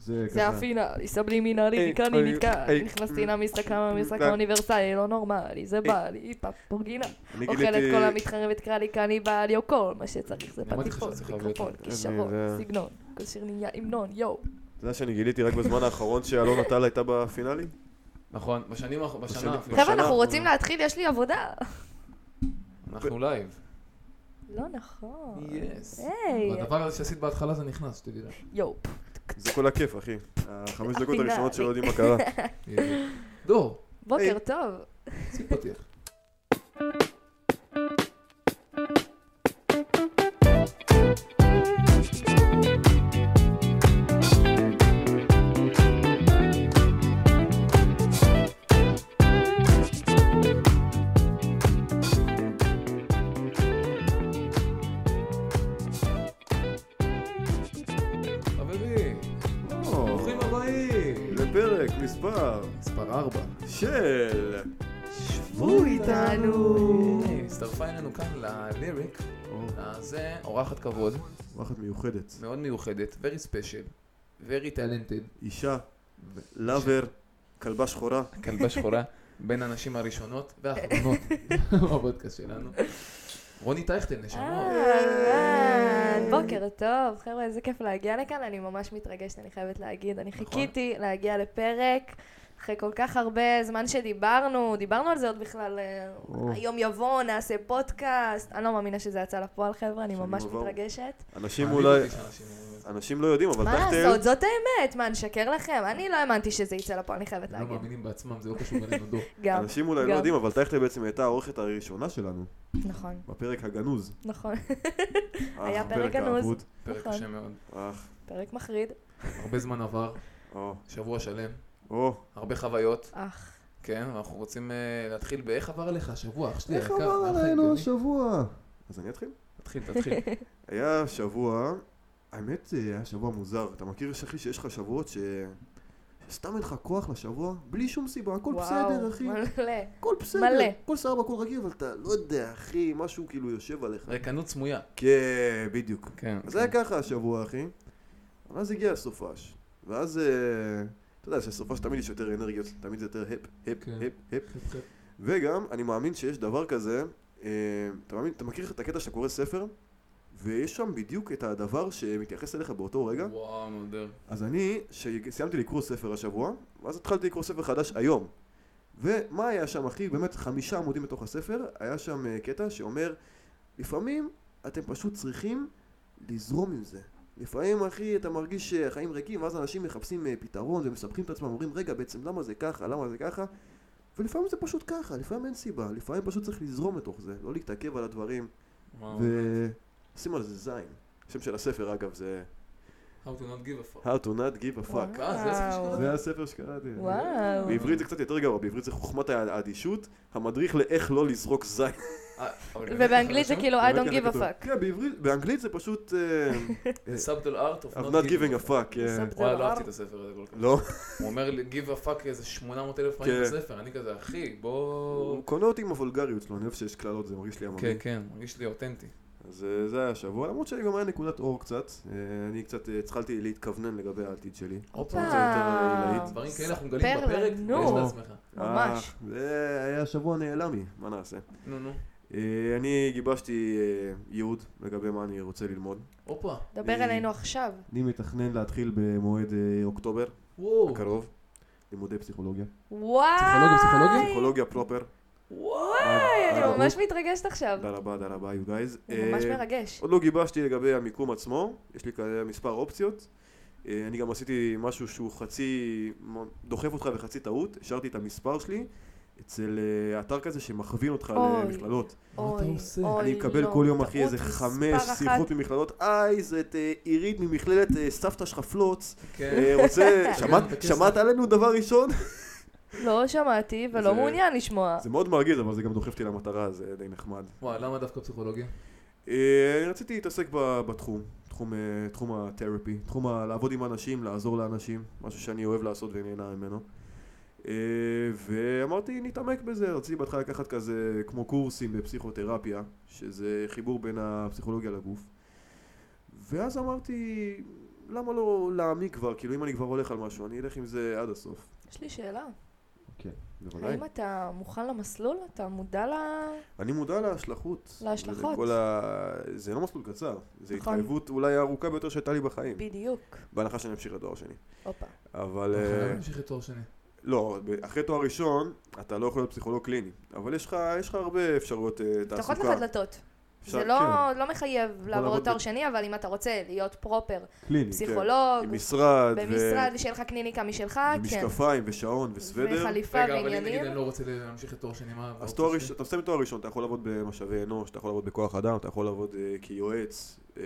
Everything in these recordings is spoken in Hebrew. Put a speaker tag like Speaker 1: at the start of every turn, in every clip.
Speaker 1: זה
Speaker 2: זה
Speaker 1: ככה.
Speaker 2: הפינה, היא סבלימינלית,
Speaker 3: אה,
Speaker 2: כאן היא
Speaker 3: אה,
Speaker 2: נתקעת,
Speaker 3: אה,
Speaker 2: נכנסתי למשחק המשחק
Speaker 3: אה.
Speaker 2: האוניברסלי, לא נורמלי, זה בא לי, היא פפורגינה,
Speaker 3: אני
Speaker 2: אוכלת
Speaker 3: גיליתי-
Speaker 2: כל המתחרבת, קרא לי קניבל, יו, כל מה שצריך זה
Speaker 1: אמרתי לך
Speaker 2: פטיפון,
Speaker 1: שזה חייב להיות אה,
Speaker 2: מיקרופון,
Speaker 1: אני-
Speaker 2: כישרון,
Speaker 3: זה-
Speaker 2: סגנון, כל שיר נהיה המנון, יואו.
Speaker 3: אתה יודע שאני גיליתי רק בזמן האחרון שאלונה טל הייתה בפינאלי?
Speaker 1: נכון, בשנים האחרונות, בשנה
Speaker 3: בשנים-
Speaker 1: אפילו.
Speaker 2: חבר'ה,
Speaker 3: בשנה
Speaker 2: אנחנו רוצים
Speaker 3: האחרונה.
Speaker 2: להתחיל, יש לי עבודה.
Speaker 1: אנחנו לייב.
Speaker 2: לא נכון.
Speaker 1: יס.
Speaker 2: היי,
Speaker 1: והדבר הזה שעשית בהתחלה זה נכנס, שתדעי לך.
Speaker 2: יואו.
Speaker 3: זה כל הכיף, אחי. החמש דקות
Speaker 2: הפינה,
Speaker 3: הראשונות שלא
Speaker 2: אני-
Speaker 3: יודעים מה קרה.
Speaker 1: דור,
Speaker 2: בוקר
Speaker 3: היי.
Speaker 2: טוב.
Speaker 1: עשית פתיח. חברים,
Speaker 3: או,
Speaker 1: ברוכים הבאים!
Speaker 3: לפרק מספר
Speaker 1: מספר 4.
Speaker 3: של...
Speaker 1: שבו
Speaker 2: איתנו.
Speaker 1: אה, הצטרפה אלינו כאן לליריק,
Speaker 3: או,
Speaker 1: זה אורחת כבוד,
Speaker 3: וואחת מיוחדת.
Speaker 1: מאוד מיוחדת, very special, very talented,
Speaker 3: אישה, לאבר, כלבה שחורה.
Speaker 1: כלבה שחורה, בין הנשים הראשונות והאחרונות בפודקאסט שלנו. רוני טייכטל, נשמות.
Speaker 3: אה.
Speaker 2: אהלן, אה, בוקר טוב, חבר'ה, איזה כיף להגיע לכאן, אני ממש מתרגשת, אני חייבת להגיד. אני
Speaker 1: נכון.
Speaker 2: חיכיתי להגיע לפרק, אחרי כל כך הרבה זמן שדיברנו, דיברנו על זה עוד בכלל, אה,
Speaker 3: או.
Speaker 2: היום יבוא, נעשה פודקאסט, אני לא מאמינה שזה יצא לפועל, חבר'ה, אני
Speaker 3: שנים
Speaker 2: ממש
Speaker 3: יבואו.
Speaker 2: מתרגשת.
Speaker 3: אנשים אולי...
Speaker 1: מעליב אותי שאנשים אומרים את זה.
Speaker 3: אנשים לא יודעים, אבל
Speaker 2: מה
Speaker 3: טייכטל...
Speaker 2: לעשות, זאת האמת, מה, נשקר לכם? אני לא האמנתי שזה יצא לפועל, אני חייבת
Speaker 1: הם לא
Speaker 2: להגיד.
Speaker 1: מאמינים בעצמם, זה לא קשור אלינו דור.
Speaker 2: גם,
Speaker 3: אנשים אולי לא
Speaker 2: גם.
Speaker 3: יודעים, אבל טייכטל בעצם הייתה האורכת הראשונה שלנו,
Speaker 2: נכון,
Speaker 3: בפרק הגנוז.
Speaker 2: נכון,
Speaker 3: אה,
Speaker 2: היה פרק גנוז.
Speaker 3: האבוד.
Speaker 1: פרק
Speaker 2: נכון.
Speaker 1: קשה מאוד.
Speaker 3: אה,
Speaker 2: פרק מחריד.
Speaker 1: הרבה זמן עבר,
Speaker 3: או,
Speaker 1: שבוע שלם,
Speaker 3: או,
Speaker 1: הרבה חוויות,
Speaker 2: אך,
Speaker 1: כן, ואנחנו רוצים אה, להתחיל באיך עבר עליך השבוע, אח שלי,
Speaker 3: איך
Speaker 1: היקר,
Speaker 3: עבר
Speaker 1: היה לך
Speaker 3: עלינו
Speaker 1: הגיוני?
Speaker 3: השבוע? אז אני אתחיל?
Speaker 1: תתחיל, תתחיל.
Speaker 3: היה שבוע, האמת אה, היה שבוע מוזר. אתה מכיר, אחי, שיש לך שבועות ש... סתם אין לך כוח לשבוע, בלי שום סיבה, הכל בסדר,
Speaker 2: וואו,
Speaker 3: אחי.
Speaker 2: מלא.
Speaker 3: הכל בסדר.
Speaker 2: מלא.
Speaker 3: הכל סבבה, הכל רגיל, אבל אתה לא יודע, אחי, משהו כאילו יושב עליך.
Speaker 1: ריקנות סמויה.
Speaker 3: כן, בדיוק.
Speaker 1: כן.
Speaker 3: אז היה ככה השבוע, אחי. אבל אז הגיע הסופש. ואז, אה, אתה יודע, שהסופש תמיד יש יותר אנרגיות, תמיד זה יותר הפ, הפ,
Speaker 1: כן.
Speaker 3: הפ, הפ. וגם, אני מאמין שיש דבר כזה, אה, אתה מאמין, אתה מכיר את הקטע שאתה קורא ספר, ויש שם בדיוק את הדבר שמתייחס אליך באותו רגע?
Speaker 1: וואו, נודר.
Speaker 3: אז אני, שסיימתי לקרוא ספר השבוע, ואז התחלתי לקרוא ספר חדש היום. ומה היה שם, אחי? באמת חמישה עמודים בתוך הספר, היה שם אה, קטע שאומר, לפעמים אתם פשוט צריכים לזרום עם זה. לפעמים, אחי, אתה מרגיש אה, חיים ריקים, ואז אנשים מחפשים אה, פתרון ומספחים את עצמם, אומרים, רגע, בעצם למה זה ככה, למה זה ככה? ולפעמים זה פשוט ככה, לפעמים אין סיבה, לפעמים פשוט צריך לזרום לתוך זה, לא להתעכב על הדברים,
Speaker 1: וואו.
Speaker 3: ולשים על זה זין. השם של הספר, אגב, זה
Speaker 1: How to not give a fuck.
Speaker 3: How to not give a fuck.
Speaker 1: אה, זה הספר שקראת?
Speaker 3: זה הספר שקראתי.
Speaker 2: וואו.
Speaker 3: בעברית זה קצת יותר גרוע, בעברית זה חוכמת האדישות, המדריך לאיך לא לזרוק זין.
Speaker 1: אה, אבל באמת
Speaker 2: ובאנגלית זה
Speaker 1: ככה
Speaker 2: כאילו I
Speaker 3: באמת
Speaker 2: don't
Speaker 3: ככה
Speaker 2: give a
Speaker 3: כתוב.
Speaker 2: fuck.
Speaker 3: כן, בעברית, באנגלית זה פשוט... אה,
Speaker 1: The subtle art of
Speaker 3: I'm not giving a fuck. כן.
Speaker 2: סבבה.
Speaker 1: וואי, לא כאילו- אהבתי את הספר הזה כל כך.
Speaker 3: לא,
Speaker 1: הוא אומר לי, give a fuck איזה 800 אלף פעמים
Speaker 3: כן.
Speaker 1: בספר, אני כזה, אחי, בוא...
Speaker 3: הוא קונה אותי עם הוולגריות שלו, אני אוהב שיש קללות, זה מרגיש לי
Speaker 1: כן,
Speaker 3: עממי.
Speaker 1: כן, מרגיש לי אותנטי.
Speaker 3: אז אה, זה היה השבוע, למרות שלי גם היה נקודת אור קצת. אה, אני קצת אה, התחלתי להתכוונן לגבי העתיד שלי.
Speaker 1: הופה.
Speaker 3: זה יותר עילאית.
Speaker 1: דברים כאלה אנחנו מגלים
Speaker 2: אה, ספר
Speaker 1: בפרק,
Speaker 2: לנו.
Speaker 1: ויש לעצמך.
Speaker 2: ממש.
Speaker 3: אה, זה היה שבוע נעלמי, מה נעשה?
Speaker 1: נו, נו.
Speaker 3: אה, אני גיבשתי אה, ייעוד לגבי מה אני רוצה ללמוד.
Speaker 1: הופה.
Speaker 2: דבר
Speaker 3: אה,
Speaker 2: אלינו עכשיו.
Speaker 3: אני מתכנן להתחיל במועד אה, אוקטובר
Speaker 1: וואו.
Speaker 3: הקרוב, לימודי פסיכולוגיה.
Speaker 2: וואי!
Speaker 1: פסיכולוגים, פסיכולוגים?
Speaker 3: פסיכולוגיה פרופר.
Speaker 2: וואי, אני
Speaker 3: אה,
Speaker 2: ממש מתרגשת עכשיו.
Speaker 3: תודה רבה, תודה רבה, you guys.
Speaker 2: זה ממש
Speaker 3: אה,
Speaker 2: מרגש.
Speaker 3: עוד לא גיבשתי לגבי המיקום עצמו, יש לי כזה מספר אופציות. אה, אני גם עשיתי משהו שהוא חצי מ- דוחף אותך וחצי טעות, השארתי את המספר שלי אצל אה, אתר כזה שמכווין אותך
Speaker 2: אוי.
Speaker 3: למכללות.
Speaker 1: אתה
Speaker 2: אוי,
Speaker 1: עושה?
Speaker 2: אוי,
Speaker 3: אני מקבל
Speaker 2: לא.
Speaker 3: כל יום אחי
Speaker 2: טעות
Speaker 3: איזה
Speaker 2: מספר
Speaker 3: חמש
Speaker 2: אחת.
Speaker 3: שיחות ממכללות, היי, זאת אה, עירית ממכללת אה, סבתא שלך פלוץ,
Speaker 1: כן.
Speaker 3: אה, רוצה,
Speaker 1: כן,
Speaker 3: שמעת-
Speaker 1: בכסף.
Speaker 3: שמעת עלינו דבר ראשון?
Speaker 2: לא שמעתי ולא
Speaker 3: זה-
Speaker 2: מעוניין לשמוע.
Speaker 3: זה מאוד מרגיז, אבל זה גם דוחף אותי למטרה, זה די נחמד.
Speaker 1: וואי, למה דווקא פסיכולוגיה?
Speaker 3: אה, אני רציתי להתעסק ב- בתחום, תחום, אה, תחום התרפי, תחום ה- לעבוד עם אנשים, לעזור לאנשים, משהו שאני אוהב לעשות ונהנה ממנו. אה, ואמרתי, נתעמק בזה, רציתי בהתחלה לקחת כזה כמו קורסים בפסיכותרפיה, שזה חיבור בין הפסיכולוגיה לגוף. ואז אמרתי, למה לא להעמיק כבר? כאילו, אם אני כבר הולך על משהו, אני אלך עם זה עד הסוף.
Speaker 2: יש לי שאלה.
Speaker 3: בוודאי.
Speaker 2: האם אתה מוכן למסלול? אתה מודע ל...
Speaker 3: אני מודע להשלכות.
Speaker 2: להשלכות.
Speaker 3: ולכל ה... זה לא מסלול קצר, זה
Speaker 2: נכון.
Speaker 3: התחייבות אולי הארוכה ביותר שהייתה לי בחיים.
Speaker 2: בדיוק.
Speaker 3: בהנחה שאני אמשיך לתואר שני.
Speaker 2: הופה.
Speaker 3: אבל...
Speaker 1: אתה חייב
Speaker 3: אה,
Speaker 1: להמשיך לתואר שני.
Speaker 3: לא, ב- אחרי תואר ראשון, אתה לא יכול להיות פסיכולוג קליני. אבל יש לך, יש לך הרבה אפשרויות אה, תעסוקה.
Speaker 2: פתוחות לך דלתות.
Speaker 3: אפשר-
Speaker 2: זה לא,
Speaker 3: כן,
Speaker 2: לא מחייב
Speaker 3: לעבוד
Speaker 2: לעבור תואר
Speaker 3: ב- כן,
Speaker 2: שני, אבל אם אתה רוצה להיות פרופר,
Speaker 4: קליני.
Speaker 2: פסיכולוג,
Speaker 3: עם משרד, ו-
Speaker 2: במשרד, שיהיה לך קליניקה משלך, כן.
Speaker 3: ומשקפיים, ושעון, וסוודר.
Speaker 2: וחליפה
Speaker 1: רגע, אבל אם נגיד
Speaker 2: ועניינים.
Speaker 1: אני לא רוצה להמשיך לתואר שני, מה... מה
Speaker 3: אז
Speaker 1: אופציה
Speaker 3: תואר
Speaker 1: שלי?
Speaker 3: ראשון, אתה מסיים תואר ראשון, אתה יכול לעבוד במשאבי אנוש, אתה יכול לעבוד בכוח אדם, אתה יכול לעבוד אה, כיועץ, אה,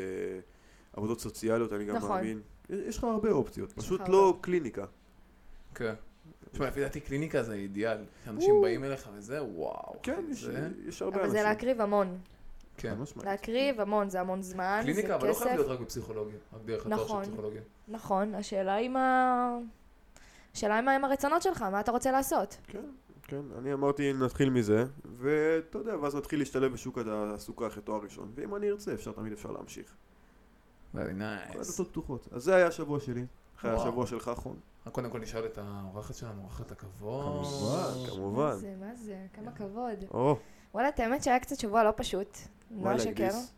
Speaker 3: עבודות סוציאליות, אני גם
Speaker 2: נכון.
Speaker 3: מאמין. יש יש לך הרבה אופציות,
Speaker 2: לך
Speaker 3: פשוט
Speaker 2: הרבה.
Speaker 3: לא קליניקה.
Speaker 1: כן. תשמע, לפי דעתי קליניקה זה אידיאל. אנשים
Speaker 2: או.
Speaker 1: באים אליך וזה, וואו.
Speaker 3: כן,
Speaker 1: אחי,
Speaker 3: יש-
Speaker 1: זה-
Speaker 3: יש הרבה
Speaker 2: לא אבל
Speaker 3: אנשים.
Speaker 2: זה להקריב המון.
Speaker 1: כן.
Speaker 3: חד משמעית.
Speaker 2: להקריב המון, זה המון זמן, זה
Speaker 1: קליניקה, אבל לא חייב
Speaker 2: כסף.
Speaker 1: להיות רק בפסיכולוגיה. רק דרך התואר של
Speaker 2: נכון.
Speaker 1: פסיכולוגיה.
Speaker 2: נכון, השאלה היא מה... השאלה היא מה הם הרצונות שלך, מה אתה רוצה לעשות.
Speaker 3: כן, כן, אני אמרתי נתחיל מזה, ואתה יודע, ואז נתחיל להשתלב בשוק התעסוקה אחרי תואר ראשון, ואם אני ארצה, אפשר תמיד אפשר להמשיך. כל
Speaker 1: נייס.
Speaker 3: הדלתות פתוחות. אז אה, זה היה השבוע שלי, אחרי
Speaker 1: וואו.
Speaker 3: השבוע שלך, חון.
Speaker 1: אה, קודם כל נשאל את האורחת שלנו, אורחת הכבוד. אה,
Speaker 3: כמובן,
Speaker 2: מה
Speaker 3: כמובן.
Speaker 2: זה, מה זה, כמה כבוד.
Speaker 3: או,
Speaker 2: וואלה, את האמת שהיה קצת שבוע לא פשוט, לא
Speaker 3: וואלה,
Speaker 2: אשקר.
Speaker 3: הגדיס.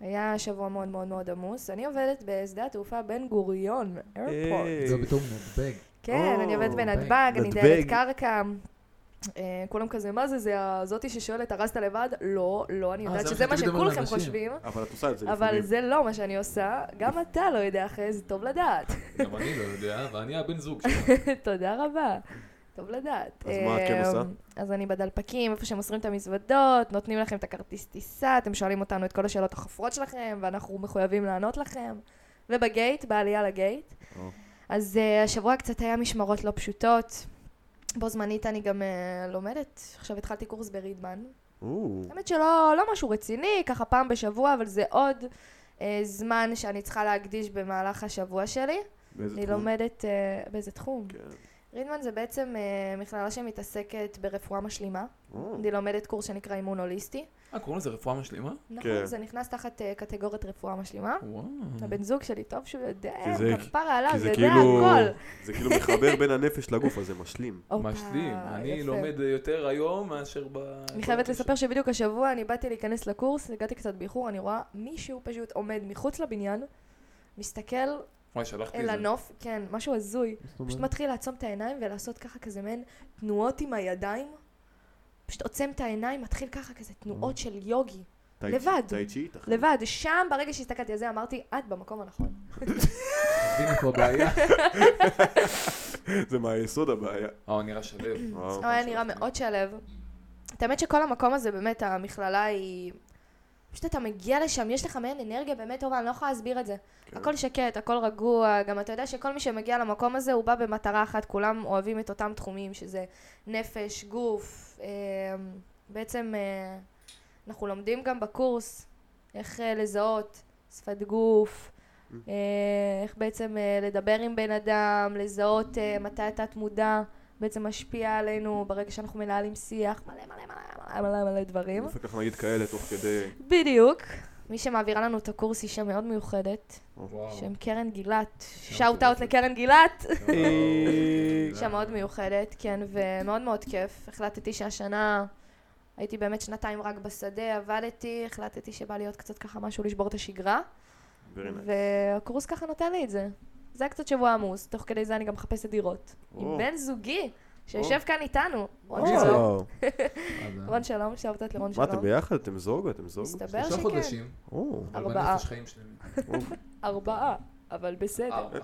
Speaker 2: היה שבוע מאוד מאוד מאוד עמוס. אני עובדת בשדה התעופה בן גוריון,
Speaker 3: אה,
Speaker 2: איירפורט.
Speaker 3: היי.
Speaker 1: זה בתור נדבג.
Speaker 2: כן,
Speaker 3: או,
Speaker 2: אני עובדת
Speaker 1: נדבק.
Speaker 2: בנתב"ג, אני
Speaker 3: נדבק.
Speaker 2: דיילת קרקע. אה, כולם כזה, מה זה, זה הזאתי ששואלת, ארזת לבד? לא, לא, אני
Speaker 1: אה,
Speaker 2: יודעת
Speaker 1: זה מה
Speaker 2: שזה מה
Speaker 1: שרציתי לדבר על
Speaker 2: שכולכם
Speaker 1: אנשים.
Speaker 2: חושבים,
Speaker 3: אבל את עושה את זה
Speaker 2: אבל
Speaker 3: לפעמים.
Speaker 2: זה לא מה שאני עושה. גם אתה לא יודע אחרי זה, טוב לדעת.
Speaker 1: גם אני לא יודע, ואני הבן זוג שלך.
Speaker 2: תודה רבה. טוב לדעת.
Speaker 3: אז מה את כן
Speaker 2: אה,
Speaker 3: עושה?
Speaker 2: אז אני בדלפקים, איפה שמוסרים את המזוודות, נותנים לכם את הכרטיס טיסה, אתם שואלים אותנו את כל השאלות החופרות שלכם, ואנחנו מחויבים לענות לכם. ובגייט, בעלייה לגייט.
Speaker 3: או.
Speaker 2: אז אה, השבוע קצת היה משמרות לא פשוטות. בו זמנית אני גם אה, לומדת, עכשיו התחלתי קורס ברידמן.
Speaker 3: או.
Speaker 2: האמת שלא לא משהו רציני, ככה פעם בשבוע, אבל זה עוד אה, זמן שאני צריכה להקדיש במהלך השבוע שלי.
Speaker 3: באיזה
Speaker 2: אני
Speaker 3: תחום?
Speaker 2: לומדת, אה, באיזה תחום?
Speaker 3: כן.
Speaker 2: רידמן זה בעצם אה, מכללה שמתעסקת ברפואה משלימה.
Speaker 3: או.
Speaker 2: אני לומדת קורס שנקרא אימון הוליסטי.
Speaker 1: אה, קוראים לזה רפואה משלימה?
Speaker 3: כן.
Speaker 2: נכון, זה נכנס תחת אה, קטגוריית רפואה משלימה.
Speaker 1: וואו.
Speaker 2: הבן זוג שלי, טוב שהוא יודע,
Speaker 3: Mm. כי זה-
Speaker 2: כפרה עליו,
Speaker 3: כי זה
Speaker 2: יודע
Speaker 3: כאילו,
Speaker 2: הכל.
Speaker 3: זה כאילו מחבר בין הנפש לגוף, אז זה משלים.
Speaker 2: הופה,
Speaker 1: משלים, אני
Speaker 2: אה, יפה.
Speaker 1: לומד אה, יותר היום מאשר ב...
Speaker 2: אני חייבת לספר שבדיוק השבוע אני באתי להיכנס לקורס, הגעתי קצת באיחור, אני רואה מישהו פשוט עומד מחוץ לבניין, מסתכל
Speaker 1: וואי, שלחתי את
Speaker 2: אל
Speaker 1: זה.
Speaker 2: הנוף, כן, משהו הזוי.
Speaker 4: מה זאת
Speaker 2: פשוט
Speaker 4: אומרת?
Speaker 2: מתחיל לעצום את העיניים ולעשות ככה כזה מעין תנועות עם הידיים. פשוט עוצם את העיניים, מתחיל ככה כזה תנועות
Speaker 4: Mm.
Speaker 2: של יוגי.
Speaker 3: טאי צ'י-
Speaker 2: לבד.
Speaker 3: טאי צ'י איתך.
Speaker 2: לבד, שם ברגע שהסתכלתי על זה אמרתי, את במקום הנכון.
Speaker 4: אוקיי,
Speaker 1: מבין איפה הבעיה?
Speaker 3: זה מהיסוד הבעיה.
Speaker 1: אה, הוא נראה שלו.
Speaker 3: וואו.
Speaker 2: הוא היה נראה
Speaker 4: אוקיי.
Speaker 2: מאוד שלו. את האמת שכל המקום הזה, באמת, המכללה היא... פשוט אתה מגיע לשם, יש לך מעין אנרגיה באמת טובה, אני לא יכולה להסביר את זה.
Speaker 3: כן.
Speaker 2: הכל שקט, הכל רגוע, גם אתה יודע שכל מי שמגיע למקום הזה, הוא בא במטרה אחת, כולם אוהבים את אותם תחומים, שזה נפש, גוף, אה, בעצם אה, אנחנו לומדים גם בקורס איך אה, לזהות שפת גוף, אה, איך בעצם אה, לדבר עם בן אדם, לזהות אה, מתי התת מודע בעצם משפיע עלינו ברגע שאנחנו מנהלים שיח, מלא מלא מלא מלא מלא מלא דברים.
Speaker 3: דופק לך נגיד כאלה תוך כדי...
Speaker 2: בדיוק. מי שמעבירה לנו את הקורס אישה מאוד מיוחדת,
Speaker 1: וואו. אה,
Speaker 2: שם קרן גילת.
Speaker 3: לא
Speaker 2: שאוט אאוט
Speaker 1: קרן.
Speaker 2: לקרן גילת.
Speaker 1: וואו.
Speaker 2: אישה מאוד מיוחדת, כן, ומאוד מאוד כיף. החלטתי שהשנה, הייתי באמת שנתיים רק בשדה, עבדתי, החלטתי שבא להיות קצת ככה משהו לשבור את השגרה,
Speaker 3: Very nice.
Speaker 2: והקורס ככה נותן לי את זה. זה היה קצת שבוע עמוס, תוך כדי זה אני גם מחפשת דירות.
Speaker 3: או.
Speaker 2: עם בן זוגי, שיושב כאן איתנו. רון
Speaker 1: וואו.
Speaker 2: שלום.
Speaker 3: וואו.
Speaker 1: אז, אה,
Speaker 2: רון שלום, שאוטות לרון
Speaker 3: מה, אתם
Speaker 2: שלום.
Speaker 3: ביחד? אתם זוג? אתם זוג?
Speaker 2: מסתבר
Speaker 1: שלושה
Speaker 2: שכן.
Speaker 1: חודשים.
Speaker 3: או.
Speaker 1: אבל
Speaker 2: ארבעה.
Speaker 1: בנפש חיים שלמים.
Speaker 2: ארבעה, אבל בסדר.
Speaker 1: ארבע.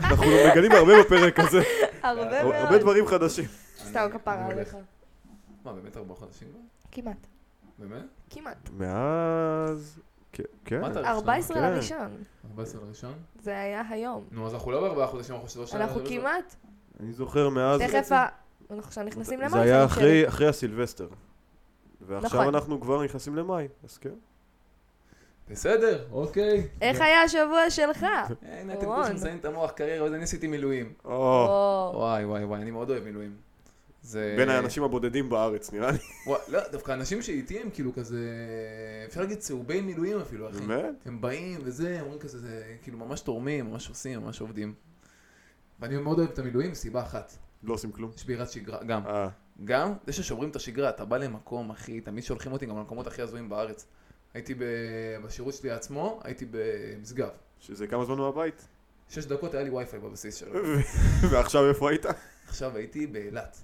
Speaker 3: אנחנו מגלים הרבה בפרק הזה.
Speaker 1: אה,
Speaker 2: הרבה מאוד.
Speaker 3: הרבה דברים חדשים.
Speaker 2: סתם
Speaker 1: אני-
Speaker 2: כפרה
Speaker 1: אני
Speaker 2: עליך.
Speaker 1: הולך. מה, באמת ארבעה חודשים כבר?
Speaker 2: כמעט.
Speaker 1: באמת?
Speaker 2: כמעט.
Speaker 3: מאז... כן, כן.
Speaker 1: מה אתה-
Speaker 2: 14
Speaker 3: כן.
Speaker 2: לראשון.
Speaker 1: 14 לראשון?
Speaker 2: זה היה היום.
Speaker 1: נו, אז אנחנו לא בארבעה חודשים, אנחנו שלושה...
Speaker 3: לא,
Speaker 1: לא
Speaker 2: אנחנו
Speaker 1: שלושה-
Speaker 2: כמעט.
Speaker 3: אני זוכר מאז...
Speaker 2: תכף ה... אנחנו עכשיו נכנסים למאי.
Speaker 3: זה היה
Speaker 2: חיים
Speaker 3: אחרי-
Speaker 2: שלי.
Speaker 3: אחרי הסילבסטר. ועכשיו
Speaker 2: נכון.
Speaker 3: אנחנו כבר נכנסים למאי, אז כן.
Speaker 1: בסדר, אוקיי.
Speaker 2: איך היה השבוע שלך?
Speaker 1: אין, אתם
Speaker 2: רון. אוקיי.
Speaker 1: כולכם מזיינים את המוח קריירה, אז אני עשיתי מילואים.
Speaker 3: או.
Speaker 2: או,
Speaker 1: וואי וואי וואי, אני מאוד אוהב מילואים. זה...
Speaker 3: בין האנשים הבודדים בארץ, נראה לי.
Speaker 1: וואי, לא, דווקא האנשים שאיתי הם כאילו כזה... אפשר להגיד צהובי מילואים אפילו, אחי.
Speaker 3: באמת?
Speaker 1: הם באים וזה, הם אומרים כזה, זה כאילו ממש תורמים, ממש עושים, ממש עובדים. ואני מאוד אוהב את המילואים, סיבה אחת,
Speaker 3: לא עושים כלום.
Speaker 1: שבירת שגרה, גם.
Speaker 3: אה,
Speaker 1: גם זה ששומרים את השגרה, אתה בא למקום, אחי, תמיד שולחים אותי גם למקומות הכי הזויים בארץ. הייתי ב... בשירות שלי עצמו, הייתי במשגב.
Speaker 3: שזה כמה זמן מהבית.
Speaker 1: שש דקות היה לי וי-פיי בבסיס שלו.
Speaker 3: ועכשיו איפה היית?
Speaker 1: עכשיו הייתי באילת.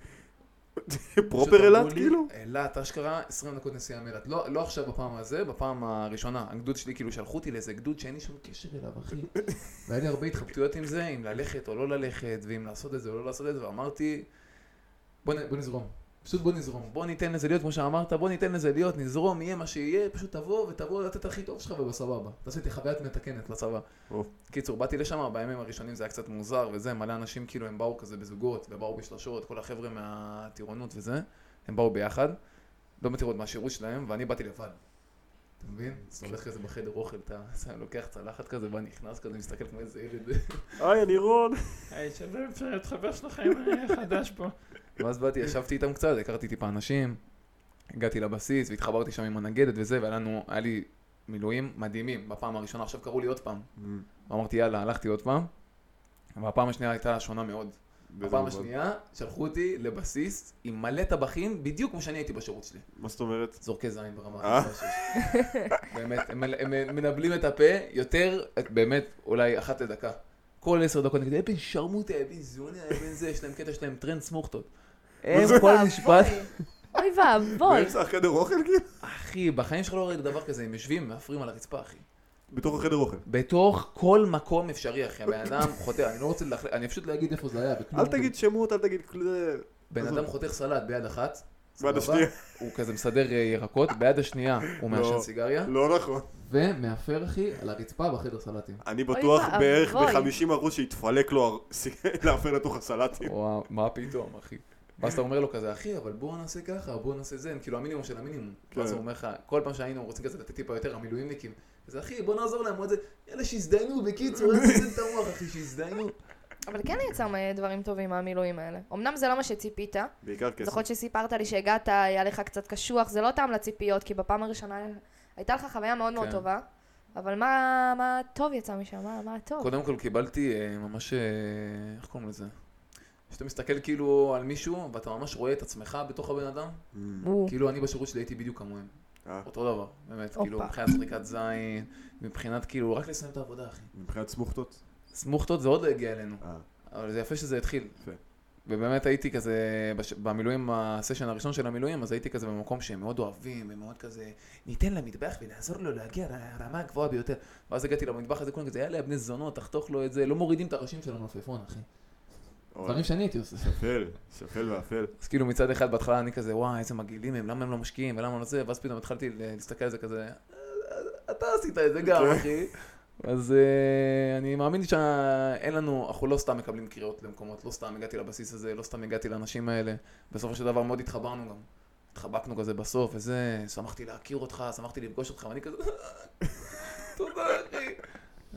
Speaker 3: פרופר
Speaker 1: פשוט אמרו
Speaker 3: אילת,
Speaker 1: לי,
Speaker 3: כאילו?
Speaker 1: אילת, אשכרה, 20 דקות נסיעה מאילת. לא, לא עכשיו בפעם הזה, בפעם הראשונה. הגדוד שלי, כאילו, שלחו אותי לאיזה גדוד שאין לי שום קשר אליו, אחי. והיה לי הרבה התחבטויות עם זה, אם ללכת או לא ללכת, ואם לעשות את זה או לא לעשות את זה, ואמרתי, בוא, נ- בוא נזרום. פשוט בוא נזרום. בוא ניתן לזה להיות, כמו שאמרת, בוא ניתן לזה להיות, נזרום, יהיה מה שיהיה, פשוט תבוא ותבוא לתת את הכי טוב שלך ובסבבה. תעשה איתי חוויית מתקנת לצבא.
Speaker 3: או.
Speaker 1: קיצור, באתי לשם, בימים הראשונים זה היה קצת מוזר וזה, מלא אנשים כאילו הם באו כזה בזוגות, ובאו בשלשות, כל החבר'ה מהטירונות וזה, הם באו ביחד, לא מטירות מהשירות שלהם, ואני באתי לבד. אתה מבין? אז אתה הולך כזה בחדר אוכל, אתה אתה לוקח צלחת כזה, בא נכנס כזה, מסתכל כמו איזה ילד.
Speaker 3: היי, אני רון.
Speaker 4: היי, שלום, אפשר את חבר שלכם, אני חדש פה.
Speaker 1: ואז באתי, ישבתי איתם קצת, הכרתי טיפה אנשים, הגעתי לבסיס והתחברתי שם עם הנגדת וזה, והיה לנו, היה לי מילואים מדהימים בפעם הראשונה, עכשיו קראו לי עוד פעם. ואמרתי, יאללה, הלכתי עוד פעם. והפעם השנייה הייתה שונה מאוד.
Speaker 3: באיזה
Speaker 1: בפעם
Speaker 3: מובן?
Speaker 1: השנייה שלחו אותי לבסיס עם מלא טבחים, בדיוק כמו שאני הייתי בשירות שלי.
Speaker 3: מה זאת אומרת?
Speaker 1: זורקי זין ברמה.
Speaker 3: אה?
Speaker 1: אחת מהשש. באמת, הם מל- הם מנבלים את הפה יותר, את- באמת, אולי אחת לדקה. כל עשר דקות נגיד, אבן שרמוטה, אה, אבן זונה, אבן זה, יש להם קטע שלהם טרנד סמוכתות. הם
Speaker 3: זה?
Speaker 1: כל משפט,
Speaker 2: אוי ואבוי.
Speaker 3: באמצע החדר אוכל, כאילו?
Speaker 1: אחי, בחיים שלך לא ראיתי דבר כזה, הם יושבים, מאפרים על הרצפה, אחי.
Speaker 3: בתוך החדר אוכל.
Speaker 1: בתוך כל מקום אפשרי, אחי, הבן אדם חוטא, אני לא רוצה ללכלך, אני פשוט לא אגיד איפה זה היה, וכלום.
Speaker 3: אל תגיד שמות, אל תגיד כלום.
Speaker 1: בן אדם חותך סלט ביד אחת,
Speaker 3: ועד
Speaker 1: סבבה?
Speaker 3: השנייה.
Speaker 1: הוא כזה מסדר אה, ירקות, ביד השנייה הוא מעשן
Speaker 3: לא.
Speaker 1: סיגריה,
Speaker 3: לא נכון.
Speaker 1: ומאפר אחי על הרצפה בחדר סלטים.
Speaker 3: אני בטוח
Speaker 2: ואבוי.
Speaker 3: בערך ב-50% שיתפלק לו הר- סיגריה לאפר לתוך הסלטים.
Speaker 1: וואו, מה פתאום, אחי? ואז אתה אומר לו כזה, אחי, אבל בואו נעשה ככה, בואו נעשה זה, הם כאילו המינימום של המינימום.
Speaker 3: כן.
Speaker 1: ואז הוא אומר לך, כל פעם שהיינו רוצים כזה לתת טיפה יותר, המילואימניקים, אז אחי, בוא נעזור להם, עוד זה, יאללה, שיזדיינו, בקיצור, איזה זה את המוח, אחי, שיזדיינו.
Speaker 2: אבל כן יצא מ- דברים טובים מהמילואים האלה. אמנם זה לא מה שציפית.
Speaker 3: בעיקר כסף.
Speaker 2: זוכרת שסיפרת לי שהגעת, היה לך קצת קשוח, זה לא טעם לציפיות, כי בפעם הראשונה הייתה לך חוויה מאוד מאוד
Speaker 1: כן.
Speaker 2: טובה. אבל מה, מה טוב יצא משם? מה, מה טוב?
Speaker 1: קודם כל קיבלתי אה, ממש, אה, איך קוראים לזה? כשאתה מסתכל כאילו על מישהו, ואתה ממש רואה את עצמך בתוך הבן אדם,
Speaker 3: Mm.
Speaker 2: הוא.
Speaker 1: כאילו אני בשירות שלי הייתי בדיוק כמוהם.
Speaker 3: אה,
Speaker 1: אותו דבר, באמת,
Speaker 2: הופה.
Speaker 1: כאילו, מבחינת זריקת זין, מבחינת כאילו, רק לסיים את העבודה, אחי.
Speaker 3: מבחינת סמוכתות?
Speaker 1: סמוכתות זה עוד לא הגיע אלינו,
Speaker 3: אה,
Speaker 1: אבל זה יפה שזה התחיל.
Speaker 3: יפה.
Speaker 1: ובאמת הייתי כזה, בש... במילואים, הסשן הראשון של המילואים, אז הייתי כזה במקום שהם מאוד אוהבים, ומאוד כזה, ניתן למטבח ונעזור לו להגיע לרמה הגבוהה ביותר. ואז הגעתי למטבח הזה, כולם כזה, יאללה, בני זונות, תחתוך לו את זה, לא מורידים את הראשים של המלפפון, אחי.
Speaker 3: אוי,
Speaker 1: דברים שאני הייתי עושה.
Speaker 3: שפל, שפל ואפל.
Speaker 1: אז כאילו מצד אחד בהתחלה אני כזה, וואי, איזה מגעילים הם, למה הם לא משקיעים, ולמה לא זה, ואז פתאום התחלתי ל- להסתכל על זה כזה, "אה, אתה עשית את זה גם,
Speaker 3: כן.
Speaker 1: אחי. אז אה, אני מאמין שאין לנו, אנחנו לא סתם מקבלים קריאות למקומות, לא סתם הגעתי לבסיס הזה, לא סתם הגעתי לאנשים האלה. בסופו של דבר מאוד התחברנו גם. התחבקנו כזה בסוף, וזה, שמחתי להכיר אותך, שמחתי לפגוש אותך, ואני כזה, "אה, תודה אחי.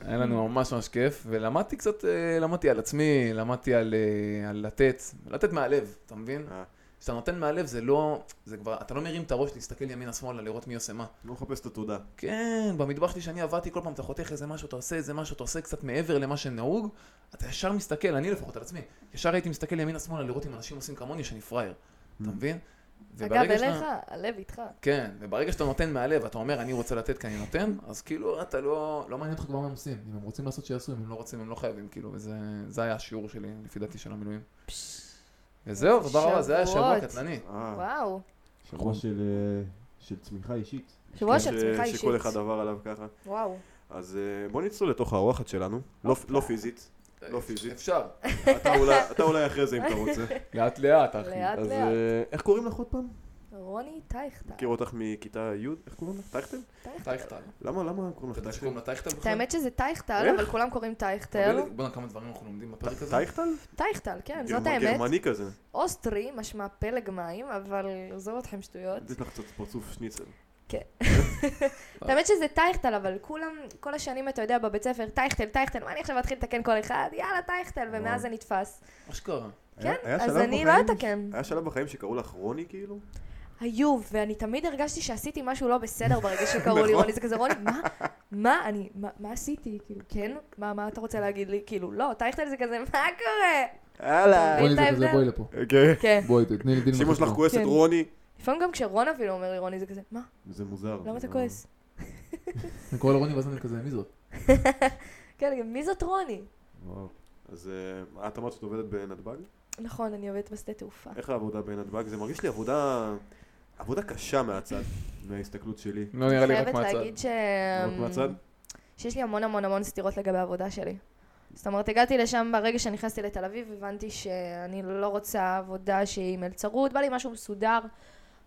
Speaker 1: היה לנו ממש ממש כיף, ולמדתי קצת, אה, למדתי על עצמי, למדתי על, אה, על לתת, לתת מהלב, אתה מבין?
Speaker 3: אה.
Speaker 1: כשאתה נותן מהלב זה לא, זה כבר, אתה לא מרים את הראש להסתכל ימינה-שמאלה, לראות מי עושה מה.
Speaker 3: לא מחפש את התודה.
Speaker 1: כן, במטבח שלי שאני עבדתי, כל פעם אתה חותך איזה משהו, אתה עושה איזה משהו, אתה עושה קצת מעבר למה שנהוג, אתה ישר מסתכל, אני לפחות על עצמי, ישר הייתי מסתכל ימינה-שמאלה לראות אם אנשים עושים כמוני שאני פראייר,
Speaker 3: Mm.
Speaker 1: אתה מבין?
Speaker 2: אגב,
Speaker 1: וברגע שאתה-
Speaker 2: אליך, הלב איתך.
Speaker 1: כן, וברגע שאתה נותן מהלב, אתה אומר, אני רוצה לתת כי אני נותן, אז כאילו, אתה לא... לא מעניין אותך כבר מה הם עושים. אם הם רוצים לעשות, שיעשו, אם הם לא רוצים, הם לא חייבים, כאילו, וזה זה היה השיעור שלי, לפי דעתי, של המילואים. וזהו, תודה רבה, זה היה שבוע
Speaker 2: שבועות.
Speaker 1: קטלני.
Speaker 3: אה,
Speaker 2: וואו.
Speaker 5: שבוע של, אה, של צמיחה אישית.
Speaker 2: שבוע
Speaker 3: ש-
Speaker 2: של צמיחה אישית.
Speaker 3: שכל כן, אחד עבר עליו ככה.
Speaker 2: וואו.
Speaker 3: אז אה, בוא נצלול לתוך האורחת שלנו. לא- לא פיזית. לא פיזית.
Speaker 1: אפשר.
Speaker 3: אתה אולי- אתה אולי אחרי זה אם אתה רוצה.
Speaker 1: לאט לאט, אחי.
Speaker 2: לאט
Speaker 3: אז
Speaker 2: לאט.
Speaker 3: אה, איך קוראים לך עוד פעם?
Speaker 2: רוני טייכטה.
Speaker 3: מכיר אותך מכיתה י', איך קוראים לך? טייכטל?
Speaker 2: טייכטל.
Speaker 1: טייכטל.
Speaker 3: למה, למה קוראים
Speaker 1: אתה
Speaker 3: לך
Speaker 1: יודע
Speaker 3: טייכטל?
Speaker 1: שקוראים לה טייכטל
Speaker 2: את
Speaker 1: בכלל?
Speaker 2: האמת שזה טייכטל,
Speaker 3: איך?
Speaker 2: אבל כולם קוראים טייכטל.
Speaker 3: אבל-
Speaker 1: בוא'נה, כמה דברים אנחנו לומדים בפרק הזה.
Speaker 3: טייכטל?
Speaker 2: טייכטל, כן, זאת
Speaker 3: גרמ-
Speaker 2: האמת.
Speaker 3: גרמני כזה.
Speaker 2: אוסטרי משמע פלג מים, אבל עזוב אתכם שטויות.
Speaker 3: יש לך קצת פרצוף שניצל.
Speaker 2: כן, את האמת שזה טייכטל, אבל כולם, כל השנים אתה יודע בבית ספר, טייכטל, טייכטל, מה אני עכשיו אתחיל לתקן כל אחד? יאללה, טייכטל, ומאז זה נתפס.
Speaker 1: אשכרה.
Speaker 2: כן,
Speaker 3: היה- היה
Speaker 2: אז
Speaker 3: שלב
Speaker 2: אני לא
Speaker 3: בחיים-
Speaker 2: אתקן.
Speaker 3: היה שלב בחיים שקראו לך רוני כאילו?
Speaker 2: היו, ואני תמיד הרגשתי שעשיתי משהו לא בסדר ברגע שקראו לי
Speaker 3: נכון.
Speaker 2: רוני, זה כזה רוני, מה, מה, אני, מה- מה עשיתי, כאילו, כן, מה, מה אתה רוצה להגיד לי, כאילו, לא, טייכטל זה כזה, מה קורה?
Speaker 3: הלאה.
Speaker 2: מבין
Speaker 1: בואי
Speaker 2: את
Speaker 1: לזה,
Speaker 2: ההבדל?
Speaker 1: בואי לפה.
Speaker 3: כן.
Speaker 2: כן,
Speaker 1: בואי, תתני לי דין
Speaker 3: שאמא שלך
Speaker 1: וחשבון.
Speaker 3: כועסת
Speaker 2: כן.
Speaker 3: רוני.
Speaker 2: לפעמים גם כשרון אפילו אומר לי רוני, זה כזה, מה,
Speaker 5: זה מוזר.
Speaker 2: למה אתה
Speaker 1: לא-
Speaker 5: זה
Speaker 2: לא כועס?
Speaker 1: אני קורא לרוני ואז אני כזה, מי זאת?
Speaker 2: כן, גם, מי זאת רוני?
Speaker 5: לא- וואו.
Speaker 3: אז אה, את אמרת שאת עובדת בנתב"ג?
Speaker 2: נכון, אני עובדת בשדה
Speaker 1: אה,
Speaker 2: תעופה.
Speaker 3: איך העבודה בנתב"ג? זה מרגיש לי עבודה... עבודה קשה מהצד.
Speaker 5: מההסתכלות שלי.
Speaker 1: לא נראה לי רק
Speaker 2: חייבת
Speaker 1: מהצד.
Speaker 2: להגיד ש...
Speaker 3: רק מהצד?
Speaker 2: שיש לי המון המון המון סתירות לגבי העבודה שלי. זאת אומרת, הגעתי לשם ברגע שנכנסתי לתל אביב, הבנתי שאני לא רוצה עבודה שהיא מלצרות, בא לי משהו מסודר,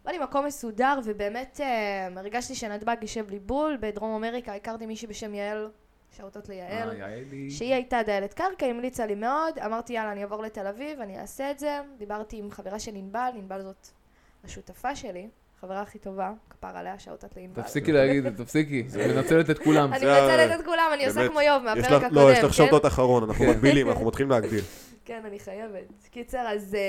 Speaker 2: בא לי מקום מסודר, ובאמת אה, הרגשתי שנתב"ג יישב לי בול. בדרום אמריקה הכרתי מישהי בשם יעל, שאותות ליעל.
Speaker 1: אה, יעלי.
Speaker 2: שהיא הייתה דיילת קרקע, המליצה לי מאוד, אמרתי יאללה אני אעבור לתל אביב, אני אעשה את זה, דיברתי עם חברה של ענבל, ענבל זאת השותפה שלי, חברה הכי טובה, כפר עליה שאותת לענבל.
Speaker 1: תפסיקי להגיד את זה, תפסיקי. את מנצלת את כולם.
Speaker 2: אני
Speaker 3: זה ה-
Speaker 2: מצלת את כולם, אני עושה
Speaker 3: באמת,
Speaker 2: כמו איוב
Speaker 3: יש
Speaker 2: מהפרק
Speaker 3: לך-
Speaker 2: הקודם,
Speaker 3: לא, יש לך
Speaker 2: כן?
Speaker 3: שוטות אחרון, אנחנו
Speaker 1: כן.
Speaker 3: מגבילים, אנחנו מתחילים להגביל.
Speaker 2: כן, אני חייבת. קיצר, אז אה,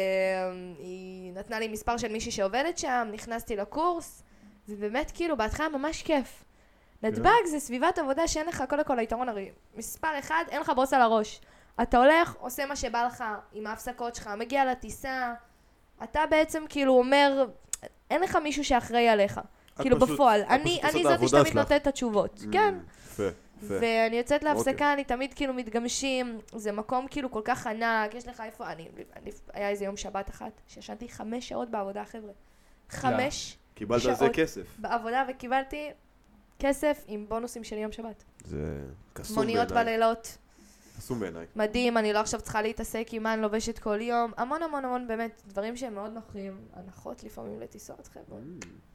Speaker 2: היא נתנה לי מספר של מישהי שעובדת שם, נכנסתי לקורס, ובאמת, כאילו, בהתחלה ממש כיף.
Speaker 3: כן.
Speaker 2: נתב"ג זה סביבת עבודה שאין לך, קודם כל היתרון הרי, מספר אחד, אין לך בוס על הראש. אתה הולך, עושה מה שבא לך, עם ההפסקות שלך, מגיע לטיסה, אתה בעצם כאילו אומר, אין לך מישהו שאחראי עליך. כאילו
Speaker 3: פשוט-
Speaker 2: בפועל.
Speaker 3: את
Speaker 2: אני
Speaker 3: פשוט עושה
Speaker 2: אני
Speaker 3: את
Speaker 2: זאתי
Speaker 3: העבודה
Speaker 2: שתמיד
Speaker 3: שלך. Mm.
Speaker 2: נותנת את התשובות. כן.
Speaker 3: יפה, יפה.
Speaker 2: ואני יוצאת
Speaker 3: אוקיי.
Speaker 2: להפסקה, אני תמיד כאילו מתגמשים, זה מקום כאילו כל כך ענק, יש לך איפה, אני, אני, היה איזה יום שבת אחת, שישנתי חמש שעות בעבודה, חבר'ה. חמש
Speaker 3: קיבלת על זה
Speaker 2: שעות.
Speaker 3: כסף.
Speaker 2: בעבודה וקיבלתי כסף עם בונוסים של יום שבת.
Speaker 3: זה קסום בעיניי.
Speaker 2: מוניות בלילות,
Speaker 3: קסום בעיניי.
Speaker 2: מדהים, אני לא עכשיו צריכה להתעסק עם מה אני לובשת כל יום, המון המון המון באמת, דברים שהם מאוד נוחים, הנחות לפעמים לטיסות, חבר'ה,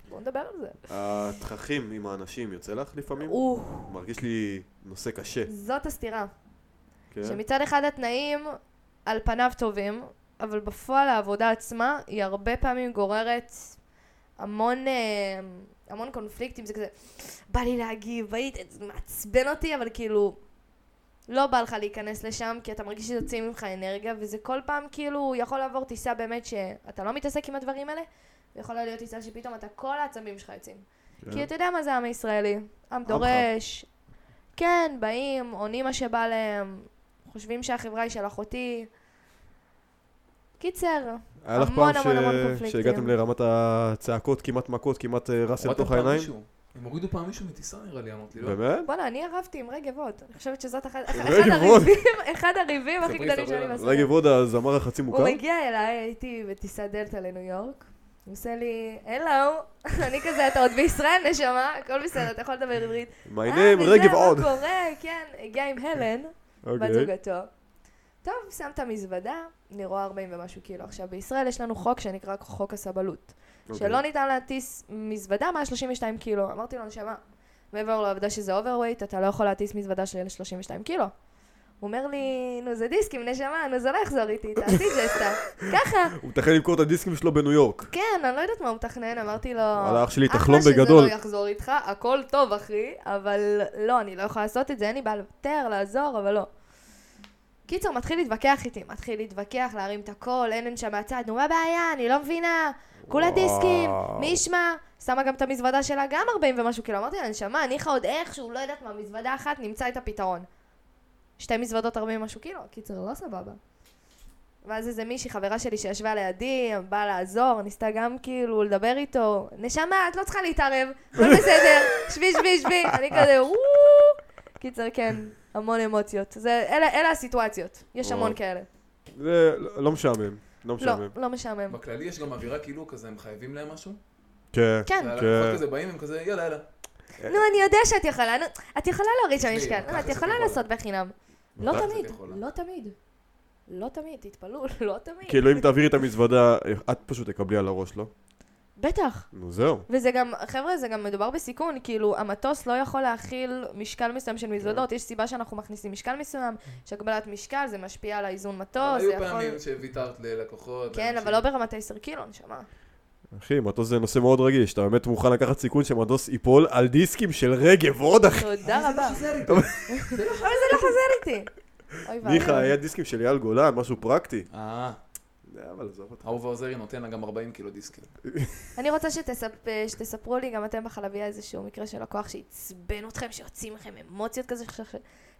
Speaker 2: בואו נדבר על זה.
Speaker 3: אה, התככים עם האנשים יוצא לך לפעמים?
Speaker 2: או,
Speaker 3: מרגיש לי נושא קשה.
Speaker 2: זאת הסתירה.
Speaker 3: כן?
Speaker 2: שמצד אחד התנאים על פניו טובים, אבל בפועל העבודה עצמה היא הרבה פעמים גוררת המון, אה, המון קונפליקטים, זה כזה, בא לי להגיב, בא לי, זה מעצבן אותי, אבל כאילו, לא בא לך להיכנס לשם, כי אתה מרגיש שיוצאים ממך אנרגיה, וזה כל פעם כאילו יכול לעבור טיסה באמת שאתה לא מתעסק עם הדברים האלה, ויכולה להיות טיסה שפתאום אתה, כל העצבים שלך יוצאים.
Speaker 3: כן.
Speaker 2: כי אתה יודע מה זה העם הישראלי, עם
Speaker 3: חם.
Speaker 2: דורש, כן, באים, עונים מה שבא להם, חושבים שהחברה היא של אחותי. קיצר,
Speaker 3: היה לך
Speaker 2: המון,
Speaker 3: פעם
Speaker 2: המון, המון
Speaker 3: ש-
Speaker 2: קונפליקטים.
Speaker 3: שהגעתם לרמת הצעקות, כמעט מכות, כמעט אה, רס אל
Speaker 1: הורדתם
Speaker 3: תוך
Speaker 1: פעם
Speaker 3: העיניים?
Speaker 1: מישהו. הם הורידו פעם מישהו מטיסה נראה לי, אמרת לי, לא?
Speaker 3: באמת?
Speaker 2: בואנה, אני ערבתי עם רגב עוד. אני חושבת שזאת אחת, אחד
Speaker 3: רגב עוד?
Speaker 2: הריבים, אחד הריבים הכי
Speaker 1: ספרי,
Speaker 2: גדולים
Speaker 1: ספרי
Speaker 2: שאני
Speaker 1: לנו.
Speaker 2: מסוגלת.
Speaker 3: רגב הוד, הזמר החצי מוכר?
Speaker 2: הוא מגיע אליי, הייתי בטיסת דלתא לניו יורק, הוא עושה לי, הלו, אני כזה, אתה עוד בישראל, נשמה, הכל בסדר, אתה יכול לדבר עברית.
Speaker 3: My
Speaker 2: "אה,
Speaker 3: name
Speaker 2: וזה,
Speaker 3: רגב עוד.
Speaker 2: מה קורה, כן, הגיע עם הלן, בת
Speaker 3: אוקיי.
Speaker 2: זוגתו. טוב, שם את המזוודה, אני רואה 40 ומשהו קילו. עכשיו, בישראל יש לנו חוק שנקרא חוק הסבלות.
Speaker 3: אוקיי.
Speaker 2: שלא ניתן להטיס מזוודה מעל 32 קילו. אמרתי לו, נשמה, מעבר לעובדה שזה אוברווייט, אתה לא יכול להטיס מזוודה של 32 קילו. הוא אומר לי, נו זה דיסקים, נשמה, נו זה לא יחזור איתי, תעשי ג'סטה. ככה.
Speaker 3: הוא מתחיל למכור את הדיסקים שלו בניו יורק.
Speaker 2: כן, אני לא יודעת מה הוא מתכנן, אמרתי לו...
Speaker 3: וואלה, אח שלי,
Speaker 2: "אחלה
Speaker 3: תחלום
Speaker 2: שזה
Speaker 3: בגדול."
Speaker 2: לא יחזור איתך, הכל טוב, אחי, אבל לא, אני לא יכולה לעשות את זה, אין לי בעיה לוותר, לעזור, אבל לא. קיצור, מתחיל להתווכח איתי, מתחיל להתווכח, להרים את הקול, אין אין שם מהצד, נו, מה הבעיה, אני לא מבינה, כולה
Speaker 3: וואו.
Speaker 2: דיסקים, מי ישמע? שמה גם את המזוודה שלה, גם 40 ומשהו קילו. אמרתי לה, נשמה, ניחא עוד איכשהו, לא יודעת מה, מזוודה אחת, נמצא את הפתרון. שתי מזוודות 40 ומשהו קילו, קיצר, לא סבבה. ואז איזה מישהי, חברה שלי שישבה לידי, באה לעזור, ניסתה גם כאילו לדבר איתו, נשמה, את לא צריכה להתערב, הכל בסדר, שבי, שבי, שבי, אני כזה, וואו. קיצר, כן, המון אמוציות. זה, אלה, אלה הסיטואציות, יש המון
Speaker 3: וואו.
Speaker 2: כאלה.
Speaker 3: זה לא- לא משעמם. לא
Speaker 2: לא,
Speaker 3: משעמם.
Speaker 2: לא משעמם.
Speaker 1: בכללי יש גם אווירה כאילו כזה, הם חייבים להם משהו?
Speaker 3: כן.
Speaker 2: כן.
Speaker 1: והלקוחות כזה באים, הם כזה, יאללה, יאללה.
Speaker 2: נו, אני יודע שאת יכולה, נו, את יכולה להוריד שם
Speaker 1: תשמעי,
Speaker 2: משקל,
Speaker 1: ככה
Speaker 2: נו, את
Speaker 1: זה
Speaker 2: יכולה
Speaker 1: יכול.
Speaker 2: לעשות בחינם. לא
Speaker 3: ככה
Speaker 1: זה
Speaker 2: תמיד,
Speaker 1: יכול.
Speaker 2: לא תמיד. לא תמיד, תתפלאו, לא תמיד.
Speaker 3: כאילו אם תעבירי את המזוודה, אה, את פשוט תקבלי על הראש, לא?
Speaker 2: בטח.
Speaker 3: נו זהו.
Speaker 2: וזה גם, חבר'ה, זה גם מדובר בסיכון, כאילו, המטוס לא יכול להכיל משקל מסוים של מזוודות,
Speaker 1: כן.
Speaker 2: יש סיבה שאנחנו מכניסים משקל מסוים, יש הגבלת משקל, זה משפיע על האיזון מטוס, לא, זה
Speaker 1: היו
Speaker 2: יכול...
Speaker 1: פעמים שוויתרת ללקוחות.
Speaker 2: כן,
Speaker 1: לאנשים.
Speaker 2: אבל לא ברמת ה-10 קילו, נשמה.
Speaker 3: אחי, מטוס זה נושא מאוד רגיש, אתה באמת מוכן לקחת סיכון שמטוס ייפול על דיסקים של רגב עוד אחי.
Speaker 2: תודה רבה.
Speaker 1: לא
Speaker 2: אבל זה לא חוזר איתי. אוי ואבוי.
Speaker 3: ניחא, היה דיסקים של אייל גולן, משהו פרקטי.
Speaker 1: אה,
Speaker 3: אבל עזוב אותך.
Speaker 1: אהובה עוזרי נותן לה גם 40 קילו דיסקים.
Speaker 2: אני רוצה שתספ... אה, שתספרו לי גם אתם בחלביה איזשהו מקרה של לקוח שעצבן אתכם, שהוציא מכם אמוציות כזה, שח...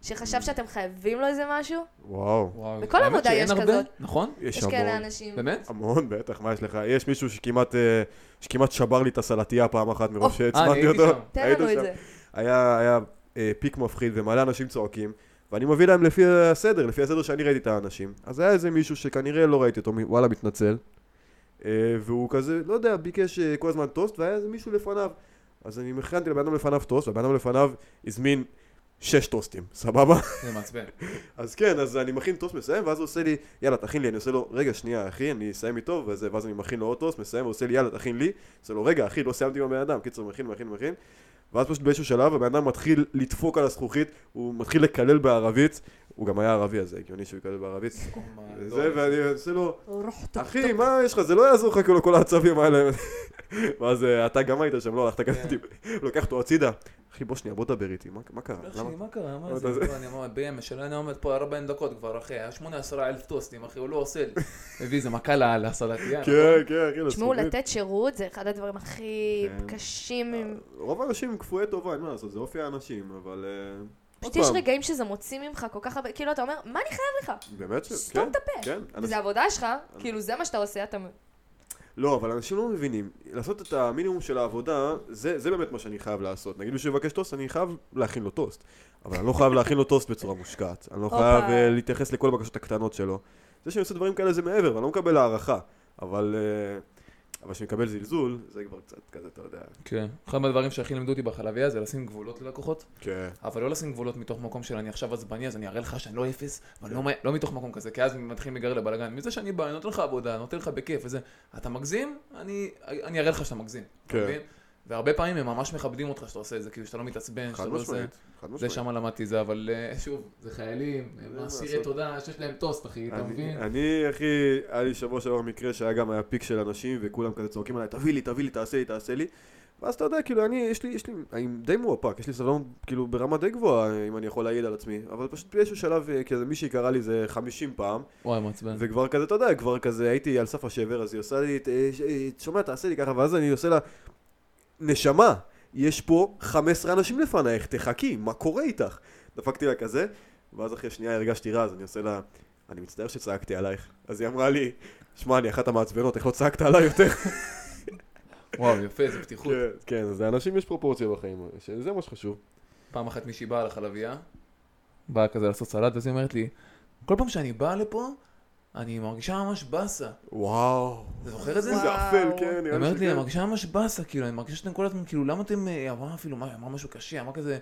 Speaker 2: שחשב שאתם חייבים לו איזה משהו?
Speaker 3: וואו.
Speaker 1: וואו.
Speaker 2: בכל
Speaker 1: האמת
Speaker 2: עבודה
Speaker 1: שאין
Speaker 2: יש
Speaker 1: הרבה,
Speaker 2: כזאת.
Speaker 1: נכון?
Speaker 3: יש
Speaker 2: יש
Speaker 3: המון.
Speaker 2: כאלה אנשים.
Speaker 1: באמת?
Speaker 3: המון, בטח, מה יש לך? יש מישהו שכמעט, אה, שכמעט שבר לי את הסלטייה פעם אחת מרוב
Speaker 2: אוף.
Speaker 1: אה, אני
Speaker 3: שהצמדתי
Speaker 1: הייתי
Speaker 3: אותו.
Speaker 1: שם.
Speaker 2: תן
Speaker 3: היינו
Speaker 2: לנו את
Speaker 3: שם.
Speaker 2: זה.
Speaker 3: היה, היה אה, פיק מפחיד ומלא אנשים צועקים, ואני מביא להם לפי הסדר, לפי הסדר שאני ראיתי את האנשים. אז היה איזה מישהו שכנראה לא ראיתי אותו, מ- וואלה מתנצל, אה, והוא כזה, לא יודע, ביקש אה, כל הזמן טוסט, והיה איזה מישהו לפניו. אז אני הכנתי לבן אדם לפניו טוסט, והבן אדם לפניו הזמין שש טוסטים, סבבה?
Speaker 1: זה מעצבן.
Speaker 3: אז כן, אז אני מכין טוס, מסיים, ואז הוא עושה לי, יאללה, תכין לי, אני עושה לו, רגע, שנייה, אחי, אני אסיים איתו, וזה, ואז אני מכין לו עוד טוס, מסיים, הוא עושה לי, יאללה, תכין לי, עושה לו, רגע, אחי, לא סיימתי עם הבן אדם, קיצר, מכין, מכין, מכין, ואז פשוט באיזשהו שלב, הבן אדם מתחיל לדפוק על הזכוכית, הוא מתחיל לקלל בערבית, הוא גם היה ערבי, אז זה הגיוני שהוא יקלל בערבית,
Speaker 1: אה,
Speaker 3: זה, ואני עושה לו, אחי, מה יש לך, זה לא יעזור לך כאילו כל העצבים האלה. ואז אה, אתה גם היית שם, לא הלכת כזה,
Speaker 1: כן.
Speaker 3: טיפ- לוקח אותו הצידה. אחי, בוא שנייה, בוא דבר איתי, מה- מה קרה? למה-
Speaker 1: מה קרה? מה
Speaker 3: למה
Speaker 1: זה?
Speaker 3: אתה-
Speaker 1: לא, אני עומד בימש, אני עומד פה 40 דקות כבר, אחי. היה 18 אלף טוסטים, אחי, הוא לא עושה לי. מביא איזה מכה ל- לסלטייה.
Speaker 3: כן, כן, כן,
Speaker 2: תשמעו,
Speaker 3: לזכוכית.
Speaker 2: לתת שירות זה אחד הדברים הכי
Speaker 3: כן.
Speaker 2: קשים. עם-
Speaker 3: רוב האנשים הם כפויי טובה, אין מה לעשות, זה אופי האנשים, אבל... אה, עוד
Speaker 2: פשוט יש
Speaker 3: פעם,
Speaker 2: רגעים שזה מוציא ממך כל כך הרבה, כאילו אתה אומר, מה אני חייב לך?
Speaker 3: באמת ש...
Speaker 2: סתום
Speaker 3: כן,
Speaker 2: את הפה.
Speaker 3: כן, אנשים-
Speaker 2: זה עבודה שלך, כאילו זה מה שאתה עושה, אתה...
Speaker 3: לא, אבל אנשים לא מבינים. לעשות את המינימום של העבודה, זה זה באמת מה שאני חייב לעשות. נגיד מישהו יבקש טוסט, אני חייב להכין לו טוסט. אבל אני לא חייב להכין לו טוסט בצורה מושקעת. אני לא
Speaker 2: הופה.
Speaker 3: חייב אה, להתייחס לכל הבקשות הקטנות שלו. זה שאני עושה דברים כאלה זה מעבר, ואני לא מקבל הערכה. אבל... אה, אבל כשאני מקבל זלזול, זה כבר קצת כזה, אתה יודע.
Speaker 1: כן. אחד מהדברים שהכי לימדו אותי בחלביה זה לשים גבולות ללקוחות.
Speaker 3: כן.
Speaker 1: אבל לא לשים גבולות מתוך מקום של אני עכשיו עצבני, אז אני אראה לך שאני לא אפס, אבל לא, לא מתוך מקום כזה, כי אז מתחילים להיגרר לבלאגן. מזה שאני בא, אני נותן לך עבודה, נותן לך בכיף וזה. אתה מגזים, אני, אני אראה לך שאתה מגזים. אתה
Speaker 3: כן.
Speaker 1: מבין? והרבה פעמים הם ממש מכבדים אותך שאתה עושה את זה, כאילו שאתה לא מתעצבן,
Speaker 3: חד
Speaker 1: שאתה לא זה.
Speaker 3: משמעית. חד
Speaker 1: זה
Speaker 3: משמעית.
Speaker 1: שמה למדתי זה, אבל אה, שוב, זה חיילים,
Speaker 3: אין
Speaker 1: הם
Speaker 3: מה
Speaker 1: אסירי
Speaker 3: לעשות.
Speaker 1: תודה שיש להם טוסט, אחי, אתה
Speaker 3: אני-
Speaker 1: מבין?
Speaker 3: אני, אחי, היה לי שבוע שעבר מקרה שהיה גם היה פיק של אנשים, וכולם כזה צועקים עליי, תביא לי, תביא לי, תעשה לי, תעשה לי. ואז אתה יודע, כאילו, אני, יש לי, יש לי, אני די מואפק, יש לי סבלנות, כאילו, ברמה די גבוהה, אם אני יכול להעיד על עצמי. אבל פשוט באיזשהו שלב, אה, כזה, מישהי קרא לי איזה 50 פעם,
Speaker 1: וואי, מעצבן.
Speaker 3: וכבר כזה, אתה יודע, כבר כזה, הייתי על סף השבר, אז היא עושה לי, "ת- אה, ש- אה, שומע, תעשה לי ככה, ואז אני עושה לה, נשמה, יש פה 15 אנשים לפנייך, תחכי, מה קורה איתך? דפקתי לה כזה, ואז אחרי שנייה הרגשתי רע, אז אני עושה לה, אני מצטער שצעקתי עלייך. אז היא אמרה לי, שמע, אני אחת המעצבנות, איך לא צעקת עליי יותר?
Speaker 1: וואו, יפה, זה פתיחות.
Speaker 3: כן, כן, אז לאנשים יש פרופורציה בחיים, שזה מה שחשוב.
Speaker 1: פעם אחת מישהי באה לחלבייה, באה כזה לעשות סלט, ואז היא אומרת לי, כל פעם שאני באה לפה, אני מרגישה ממש באסה.
Speaker 3: וואו.
Speaker 1: אתה זוכר את זה?
Speaker 2: וואו.
Speaker 3: איזה אפל, כן,
Speaker 1: היא
Speaker 3: נראה
Speaker 1: אומרת לי,
Speaker 3: שכן.
Speaker 1: אני מרגישה ממש באסה, כאילו, אני מרגישה שאתם כל הזמן, כאילו, למה אתם, אה, היא אמרה אפילו, מה, היא אמרה משהו קשה, היא אמרה כזה,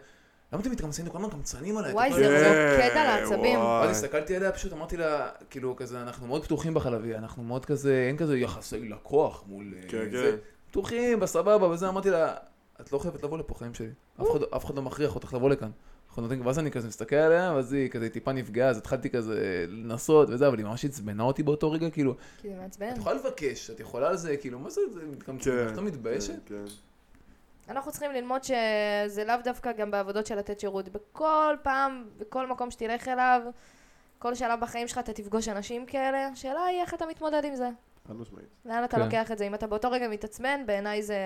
Speaker 1: למה אתם מתקמצנים, אתם כל הזמן קמצנים עליי. אתם
Speaker 2: וואי,
Speaker 1: כל
Speaker 2: זה
Speaker 1: הזמן זה."
Speaker 3: כן,
Speaker 2: רוקד על העצבים.
Speaker 3: וואי.
Speaker 1: ואז הסתכלתי עליה, פשוט אמרתי לה, כאילו, כזה, אנחנו מאוד פתוחים בחלבי, אנחנו מאוד כזה, אין כזה יחסי לקוח מול... אה,
Speaker 3: כן,
Speaker 1: זה."
Speaker 3: כן.
Speaker 1: פתוחים, בסבבה, וזה, אמרתי לה, את לא חייבת לבוא לפה, חיים שלי. אף אחד- אף אחד לא מכריח אותך לבוא לכאן. אנחנו נותנים, ואז אני כזה מסתכל עליה, ואז היא כזה טיפה נפגעה, אז התחלתי כזה לנסות וזה, אבל היא ממש עצבנה אותי באותו רגע, כאילו,
Speaker 2: כי זה מעצבן.
Speaker 1: את יכולה לבקש, את יכולה על זה, כאילו, מה זה, זה מתקמצן,
Speaker 3: כן,
Speaker 1: את לא מתביישת?
Speaker 3: כן,
Speaker 2: אנחנו צריכים ללמוד שזה לאו דווקא גם בעבודות של לתת שירות. בכל פעם, בכל מקום שתלך אליו, כל שלב בחיים שלך אתה תפגוש אנשים כאלה. השאלה היא איך אתה מתמודד עם זה.
Speaker 3: חד משמעית.
Speaker 2: לאן אתה
Speaker 1: כן.
Speaker 2: לוקח את זה? אם אתה באותו רגע מתעצבן, בעיניי זה...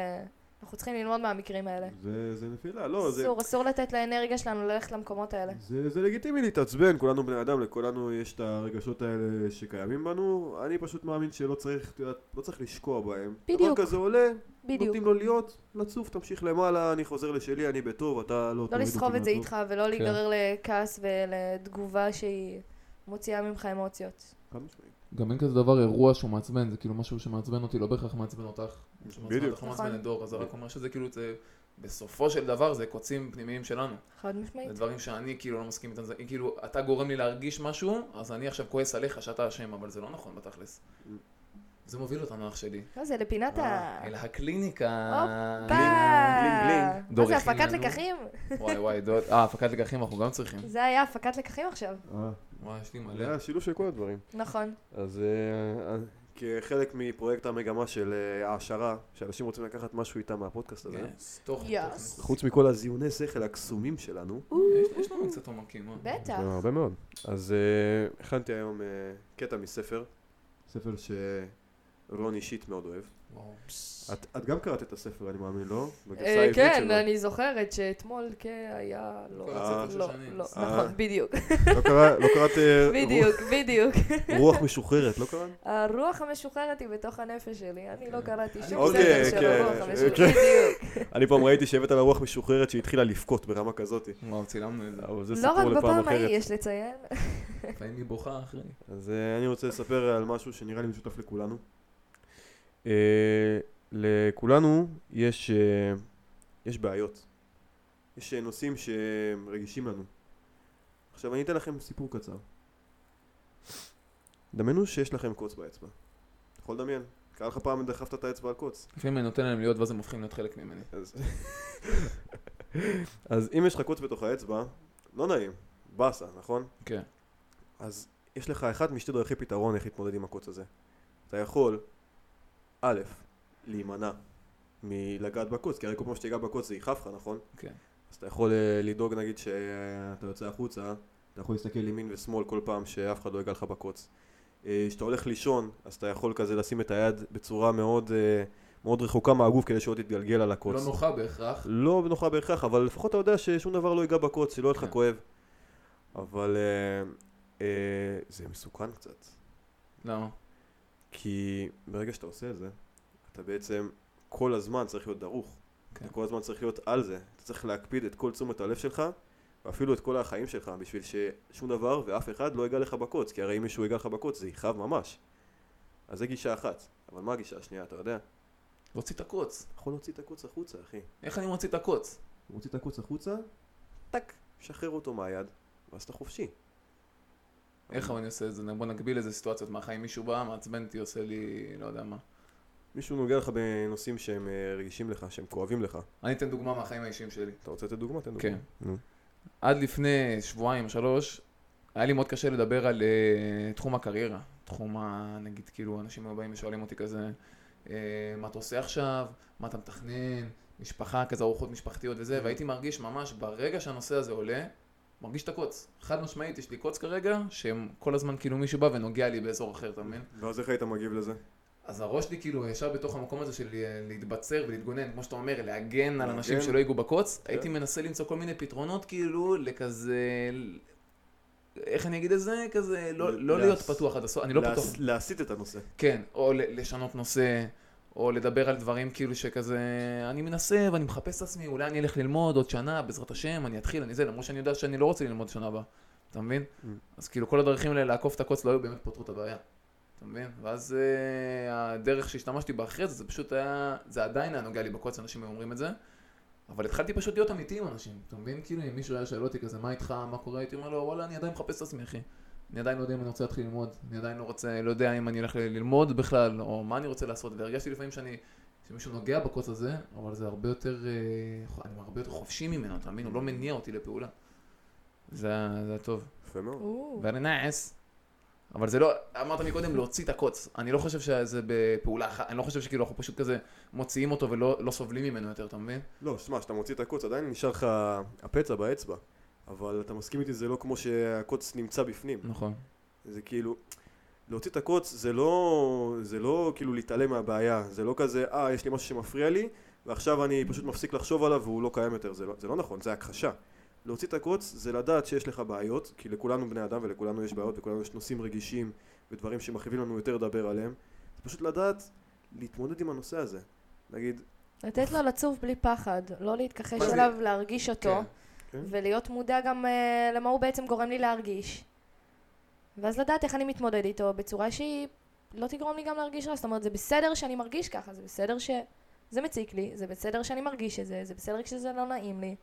Speaker 2: אנחנו צריכים ללמוד מהמקרים האלה.
Speaker 5: זה, זה נפילה.
Speaker 3: לא, לא, זה... לא
Speaker 2: אסור, אסור לתת לאנרגיה שלנו ללכת למקומות האלה.
Speaker 5: זה...
Speaker 3: זה, זה לגיטימי להתעצבן, כולנו בני אדם, לכולנו יש את הרגשות האלה שקיימים בנו, אני פשוט מאמין שלא צריך, את יודעת, לא צריך לשקוע בהם.
Speaker 2: בדיוק.
Speaker 3: דבר כזה עולה,
Speaker 2: בדיוק.
Speaker 3: נותנים לו להיות, לצוף, תמשיך למעלה, אני חוזר לשלי, אני בטוב, אתה לא
Speaker 2: לא
Speaker 3: תוריד
Speaker 2: לסחוב
Speaker 3: אותי
Speaker 2: את זה
Speaker 3: מהטוב.
Speaker 2: איתך ולא להיגרר לכעס ולתגובה שהיא מוציאה ממך אמוציות.
Speaker 3: חד משמעית.
Speaker 1: גם אין כזה דבר אירוע שהוא מעצבן, זה כאילו משהו שמעצבן אותי, לא בהכרח מעצבן אותך.
Speaker 3: בדיוק.
Speaker 1: בדיוק. לא מעצבן
Speaker 2: נכון.
Speaker 1: את דור, אז זה רק אומר שזה כאילו, זה, בסופו של דבר זה קוצים פנימיים שלנו.
Speaker 2: חד משמעית.
Speaker 1: זה דברים שאני כאילו לא מסכים איתם, זה כאילו, אתה גורם לי להרגיש משהו, אז אני עכשיו כועס עליך שאתה אשם, אבל זה לא נכון בתכלס. זה מוביל אותנו אח שלי.
Speaker 2: לא, זה לפינת ה...
Speaker 1: אל הקליניקה.
Speaker 2: הופה!
Speaker 3: אה, גלינג, גלינג.
Speaker 2: מה
Speaker 1: דור
Speaker 2: זה,
Speaker 1: הכין
Speaker 2: הפקת
Speaker 1: לנו.
Speaker 2: לקחים?
Speaker 1: וואי וואי, דוד, אה, הפקת לקחים אנחנו גם צריכים.
Speaker 2: זה היה הפקת לקחים עכשיו.
Speaker 5: אה,
Speaker 1: וואי, יש לי מלא.
Speaker 3: זה השילוב של כל הדברים.
Speaker 2: נכון.
Speaker 3: אז אה, אה, כחלק מפרויקט המגמה של אה, העשרה, שאנשים רוצים לקחת משהו איתם מהפודקאסט הזה,
Speaker 1: יס, כן, תוכן,
Speaker 2: יס.
Speaker 1: תוכן.
Speaker 3: חוץ מכל הזיוני שכל הקסומים שלנו,
Speaker 1: יש- יש לנו קצת עומקים, אה?
Speaker 2: בטח.
Speaker 3: הרבה מאוד. אז אה, הכנתי היום אה, קטע מספר
Speaker 5: ספר ש...
Speaker 3: שרון אישית מאוד אוהב.
Speaker 1: וואו.
Speaker 3: את את גם קראת את הספר, אני מאמין, לא? בגרסה
Speaker 2: אה,
Speaker 3: העברית
Speaker 2: כן,
Speaker 3: שלו.
Speaker 2: אני זושרת שאתמול, כן, היה... לא,
Speaker 1: כל
Speaker 3: הספר
Speaker 1: של
Speaker 2: לא,
Speaker 1: שנים.
Speaker 2: לא,
Speaker 3: אה.
Speaker 2: נכון, בדיוק,
Speaker 3: לא קרא- לא קראת אה, רוח-
Speaker 2: בדיוק, בדיוק.
Speaker 3: רוח משוחררת, לא קראת?
Speaker 2: הרוח המשוחררת היא בתוך הנפש שלי, אני לא קראתי שום
Speaker 3: כן. אוקיי,
Speaker 2: ספר של
Speaker 3: כן,
Speaker 2: הרוח המשוחררת,
Speaker 3: כן.
Speaker 2: בדיוק.
Speaker 3: אני פעם ראיתי שהבאת לה רוח משוחררת שהתחילה לבכות ברמה כזאת.
Speaker 1: וואו, צילמנו את זה.
Speaker 3: אבל זה
Speaker 2: לא
Speaker 3: סיפור
Speaker 2: רק
Speaker 3: לפעם
Speaker 2: בפעם ההיא,
Speaker 3: אחרת.
Speaker 2: יש לציין.
Speaker 1: לפעמים היא בוכה אחרי.
Speaker 3: אז אה, אני רוצה לספר על משהו שנראה לי משותף לכולנו. אה, לכולנו יש, אה, יש בעיות. יש אה, נושאים שהם רגישים לנו. עכשיו אני אתן לכם סיפור קצר. דמיינו שיש לכם קוץ באצבע. אתה יכול לדמיין. קרה לך פעם דחפת את האצבע על קוץ.
Speaker 1: לפעמים אני נותן להם להיות ואז הם הופכים להיות חלק ממני.
Speaker 3: אז... אז אם יש לך קוץ בתוך האצבע, לא נעים. באסה, נכון?
Speaker 1: כן.
Speaker 3: אז יש לך אחת משתי דרכי פתרון איך להתמודד עם הקוץ הזה. אתה יכול, א', להימנע מלגעת בקוץ, כי הרי כל פעם שתיגע בקוץ זה יכאב לך, נכון?
Speaker 1: כן.
Speaker 3: אז אתה יכול אה, לדאוג נגיד שאתה יוצא החוצה, אתה יכול להסתכל ימין ושמאל כל פעם שאף אחד לא יגע לך בקוץ. אה, כשאתה הולך לישון, אז אתה יכול כזה לשים את היד בצורה מאוד, אה, מאוד רחוקה מהגוף כדי שלא תתגלגל על הקוץ.
Speaker 1: לא נוחה בהכרח.
Speaker 3: לא נוחה בהכרח, אבל לפחות אתה יודע ששום דבר לא ייגע בקוץ, שלא יהיה לך
Speaker 1: כן.
Speaker 3: כואב. אבל אה, אה, זה מסוכן קצת,
Speaker 1: למה?
Speaker 3: כי ברגע שאתה עושה את זה, אתה בעצם כל הזמן צריך להיות דרוך.
Speaker 1: כן.
Speaker 3: אתה כל הזמן צריך להיות על זה. אתה צריך להקפיד את כל תשומת הלב שלך, ואפילו את כל החיים שלך, בשביל ששום דבר ואף אחד לא ייגע לך בקוץ, כי הרי אם מישהו ייגע לך בקוץ זה יכאב ממש. אז זה גישה אחת, אבל מה הגישה השנייה, אתה יודע?
Speaker 1: להוציא את הקוץ.
Speaker 3: אתה יכול להוציא את הקוץ החוצה, אחי.
Speaker 1: איך אני מוציא את הקוץ?
Speaker 3: הוא מוציא את הקוץ החוצה, טק, שחרר אותו מהיד, ואז אתה חופשי.
Speaker 1: איך אבל אני עושה את זה? בוא נגביל איזה סיטואציות מהחיים. מישהו בא, מעצבן אותי, עושה לי לא יודע מה.
Speaker 3: מישהו נוגע לך בנושאים שהם אה, רגישים לך, שהם כואבים לך.
Speaker 1: אני אתן דוגמה מהחיים האישיים שלי.
Speaker 3: אתה רוצה לתת דוגמה? תן דוגמה.
Speaker 1: כן.
Speaker 3: נו.
Speaker 1: עד לפני שבועיים, שלוש, היה לי מאוד קשה לדבר על אה, תחום הקריירה. תחום ה... נגיד, כאילו, אנשים היו באים ושואלים אותי כזה, אה, מה אתה עושה עכשיו? מה אתה מתכנן? משפחה, כזה ארוחות משפחתיות וזה, והייתי מרגיש ממש, ברגע שהנושא הזה עולה, מרגיש את הקוץ. חד משמעית, יש לי קוץ כרגע, שכל הזמן כאילו מישהו בא ונוגע לי באזור אחר, אתה מבין?
Speaker 3: ואז איך היית מגיב לזה?
Speaker 1: אז הראש שלי כאילו ישר בתוך המקום הזה של אה, להתבצר ולהתגונן, כמו שאתה אומר, להגן על
Speaker 3: להגן.
Speaker 1: אנשים שלא ייגעו בקוץ,
Speaker 3: כן.
Speaker 1: הייתי מנסה למצוא כל מיני פתרונות כאילו לכזה... איך אני אגיד את זה? כזה לא-
Speaker 3: ל-
Speaker 1: לא
Speaker 3: להס-
Speaker 1: להיות פתוח עד הסוף, אני לא
Speaker 3: להס-
Speaker 1: פתוח.
Speaker 3: להסיט את הנושא.
Speaker 1: כן, או ל- לשנות נושא, או לדבר על דברים כאילו שכזה, אני מנסה ואני מחפש את עצמי, אולי אני אלך ללמוד עוד שנה, בעזרת השם, אני אתחיל, אני זה, למרות שאני יודע שאני לא רוצה ללמוד שנה הבאה, אתה מבין?
Speaker 3: Mm.
Speaker 1: אז כאילו כל הדרכים האלה לעקוף את הקוץ לא היו באמת פותרו את הבעיה, אתה מבין? ואז אה, הדרך שהשתמשתי בה אחרי זה, זה פשוט היה, זה עדיין היה נוגע לי בקוץ, אנשים היו אומרים את זה. אבל התחלתי פשוט להיות אמיתי עם אנשים, אתה מבין? כאילו אם מישהו היה שואל אותי כזה, מה איתך, מה קורה, הייתי אומר לו, וואלה, אני עדיין מחפש את עצמי, אחי. אני עדיין לא יודע אם אני רוצה להתחיל ללמוד, אני עדיין לא רוצה, לא יודע אם אני הולך ל- ללמוד בכלל, או מה אני רוצה לעשות, והרגשתי לפעמים שאני, שמישהו נוגע בקוץ הזה, אבל זה הרבה יותר, אה, אני הרבה יותר חופשי ממנו, אתה מבין? הוא לא מניע אותי לפעולה. זה היה זה היה טוב.
Speaker 3: יפה מאוד.
Speaker 2: או,
Speaker 1: ואני נעס. אבל זה לא, אמרת מקודם להוציא את הקוץ, אני לא חושב שזה בפעולה אחת, אני לא חושב שכאילו אנחנו פשוט כזה מוציאים אותו ולא לא סובלים ממנו יותר, אתה מבין?
Speaker 3: לא, שמע, כשאתה מוציא את הקוץ עדיין נשאר לך הפצע באצבע. אבל אתה מסכים איתי, זה לא כמו שהקוץ נמצא בפנים.
Speaker 1: נכון.
Speaker 3: זה כאילו... להוציא את הקוץ זה לא, זה לא כאילו להתעלם מהבעיה, זה לא כזה, אה, יש לי משהו שמפריע לי, ועכשיו אני פשוט מפסיק לחשוב עליו והוא לא קיים יותר, זה לא, זה לא נכון, זה הכחשה. להוציא את הקוץ זה לדעת שיש לך בעיות, כי לכולנו בני אדם ולכולנו יש בעיות וכולנו יש נושאים רגישים ודברים שמכאיבים לנו יותר לדבר עליהם, זה פשוט לדעת להתמודד עם הנושא הזה. נגיד,
Speaker 2: לתת לו לצוף בלי פחד, לא להתכחש
Speaker 1: מה זה?
Speaker 2: אליו, להרגיש אותו,
Speaker 1: כן.
Speaker 3: כן.
Speaker 2: ולהיות מודע גם אה, למה הוא בעצם גורם לי להרגיש. ואז לדעת איך אני מתמודד איתו בצורה שהיא לא תגרום לי גם להרגיש רע. זאת אומרת, זה בסדר שאני מרגיש ככה, זה בסדר שזה מציק לי, זה בסדר שאני מרגיש את זה, זה בסדר כשזה לא נעים לי,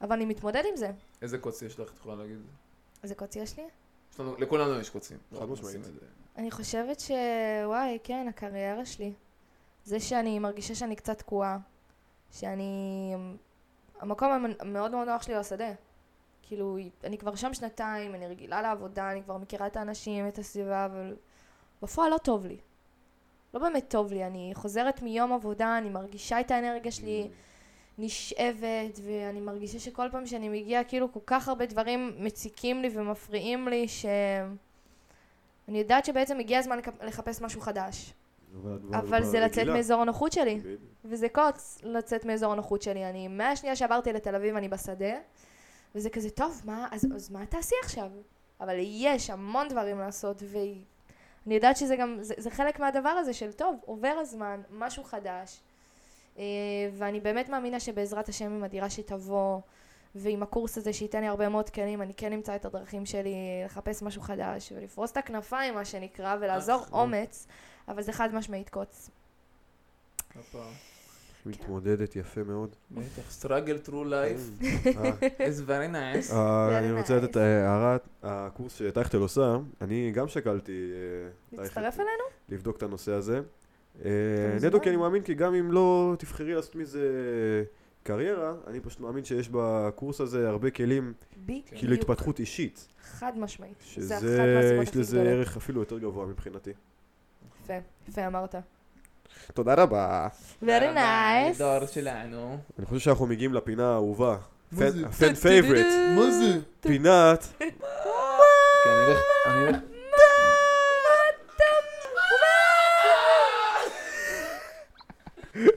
Speaker 2: אבל אני מתמודד עם זה.
Speaker 1: איזה קוץ יש לך, את יכולה להגיד?
Speaker 2: איזה קוץ יש לי?
Speaker 1: יש לנו, לכולנו יש קוצים.
Speaker 3: חד משמעית.
Speaker 1: נשים את זה.
Speaker 2: אני חושבת ש... וואי, כן, הקריירה שלי. זה שאני מרגישה שאני קצת תקועה. שאני... המקום המ- המאוד מאוד נוח שלי הוא השדה. כאילו, אני כבר שם שנתיים, אני רגילה לעבודה, אני כבר מכירה את האנשים, את הסביבה, אבל בפועל לא טוב לי. לא באמת טוב לי, אני חוזרת מיום עבודה, אני מרגישה את האנרגיה שלי נשאבת, ואני מרגישה שכל פעם שאני מגיעה, כאילו כל כך הרבה דברים מציקים לי ומפריעים לי, ש... אני יודעת שבעצם הגיע הזמן לק- לחפש משהו חדש,
Speaker 5: אבל הדבר-
Speaker 2: אבל זה
Speaker 5: הדבר-
Speaker 2: לצאת
Speaker 3: רגילה.
Speaker 2: מאזור הנוחות שלי.
Speaker 3: בדיוק.
Speaker 2: וזה קוץ לצאת מאזור הנוחות שלי. אני, מהשנייה שעברתי לתל אביב אני בשדה, וזה כזה, טוב, מה, אז, אז מה תעשי עכשיו? אבל יש המון דברים לעשות, ואני יודעת שזה גם, זה, זה חלק מהדבר הזה של, טוב, עובר הזמן, משהו חדש, אה, ואני באמת מאמינה שבעזרת השם עם הדירה שתבוא, ועם הקורס הזה שייתן לי הרבה מאוד כלים, אני כן אמצא את הדרכים שלי לחפש משהו חדש, ולפרוס את הכנפיים, מה שנקרא, ולעזור
Speaker 1: אחלה.
Speaker 2: אומץ, אבל זה חד משמעית קוץ.
Speaker 3: מתמודדת יפה מאוד.
Speaker 1: בטח, סטראגל טרו לייף,
Speaker 3: אה,
Speaker 1: איזה very nice.
Speaker 3: אה, אני
Speaker 2: יאללה,
Speaker 3: רוצה לתת
Speaker 2: nice.
Speaker 3: אה, הערה, הקורס שטייכטל עושה, אני גם שקלתי... אה,
Speaker 2: להצטרף
Speaker 3: טייכטל,
Speaker 2: אלינו?
Speaker 3: לבדוק את הנושא הזה. אה,
Speaker 2: מוזמן.
Speaker 3: נטו כי אני מאמין כי גם אם לא תבחרי לעשות מזה קריירה, אני פשוט מאמין שיש בקורס הזה הרבה כלים, כאילו
Speaker 2: כן. בדיוק.
Speaker 3: התפתחות אישית.
Speaker 2: חד משמעית. זה אחת
Speaker 3: שזה,
Speaker 2: מהסיבות
Speaker 3: יש
Speaker 2: הכי
Speaker 3: לזה
Speaker 2: גדולות.
Speaker 3: ערך אפילו יותר גבוה מבחינתי.
Speaker 2: יפה, יפה אמרת.
Speaker 3: תודה רבה.
Speaker 2: Very nice.
Speaker 1: דור שלנו.
Speaker 3: אני חושב שאנחנו מגיעים לפינה האהובה.
Speaker 1: מה זה?
Speaker 3: פן פייבריט.
Speaker 1: מה זה?
Speaker 3: פינת.
Speaker 1: כן, אני אלך, אני אלך.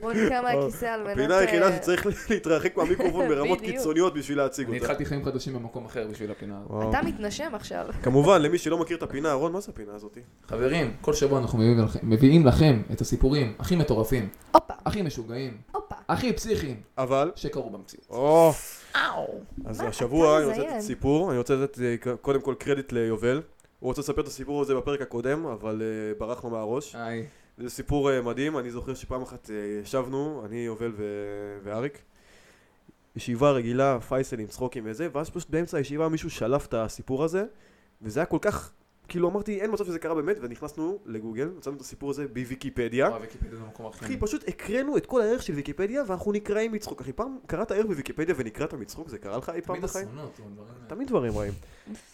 Speaker 2: בוא נקרא מהכיסא על מנת...
Speaker 3: הפינה
Speaker 2: אה,
Speaker 3: היחידה שצריך להתרחק מהמיקרופון ברמות
Speaker 2: בדיוק.
Speaker 3: קיצוניות בשביל להציג
Speaker 1: אני
Speaker 3: אותה.
Speaker 1: התחלתי חיים חדשים במקום אחר בשביל הפינה הזאת.
Speaker 3: וואו.
Speaker 2: אתה מתנשם עכשיו.
Speaker 3: כמובן, למי שלא מכיר את הפינה, רון, מה זה הפינה הזאתי?
Speaker 1: חברים, כל שבוע אנחנו מביאים לכם- מביאים לכם את הסיפורים הכי מטורפים,
Speaker 2: הופה,
Speaker 1: הכי משוגעים,
Speaker 2: הופה.
Speaker 1: הכי פסיכיים
Speaker 3: אבל...
Speaker 1: שקרו במציאות.
Speaker 3: או,
Speaker 1: אאו.
Speaker 3: אז
Speaker 2: מה,
Speaker 3: השבוע
Speaker 2: אתה
Speaker 3: אני רוצה
Speaker 2: מזיין.
Speaker 3: לתת סיפור, אני רוצה לתת אה, ק- קודם כל קרדיט ליובל. הוא רוצה לספר את הסיפור הזה בפרק הקודם, אבל אה, ברח לו מהראש.
Speaker 1: היי.
Speaker 3: זה סיפור אה, מדהים, אני זוכר שפעם אחת אה, ישבנו, אני, יובל ו- ואריק. ישיבה רגילה, פייסל עם צחוקים וזה, ואז פשוט באמצע הישיבה מישהו שלף את הסיפור הזה, וזה היה כל כך, כאילו אמרתי, אין מצב שזה קרה באמת, ונכנסנו לגוגל, מצאנו את הסיפור הזה בוויקיפדיה.
Speaker 1: וואי, ויקיפדיה זה המקום הכי...
Speaker 3: אחי, פשוט הקראנו את כל הערך של ויקיפדיה, ואנחנו נקראים מצחוק. אחי, פעם קראת ערך בוויקיפדיה ונקראת מצחוק? זה קרה לך אי פעם
Speaker 1: תמיד
Speaker 3: בחיים?
Speaker 1: אסונות, הוא דברים האלה.
Speaker 3: תמיד דברים רעים.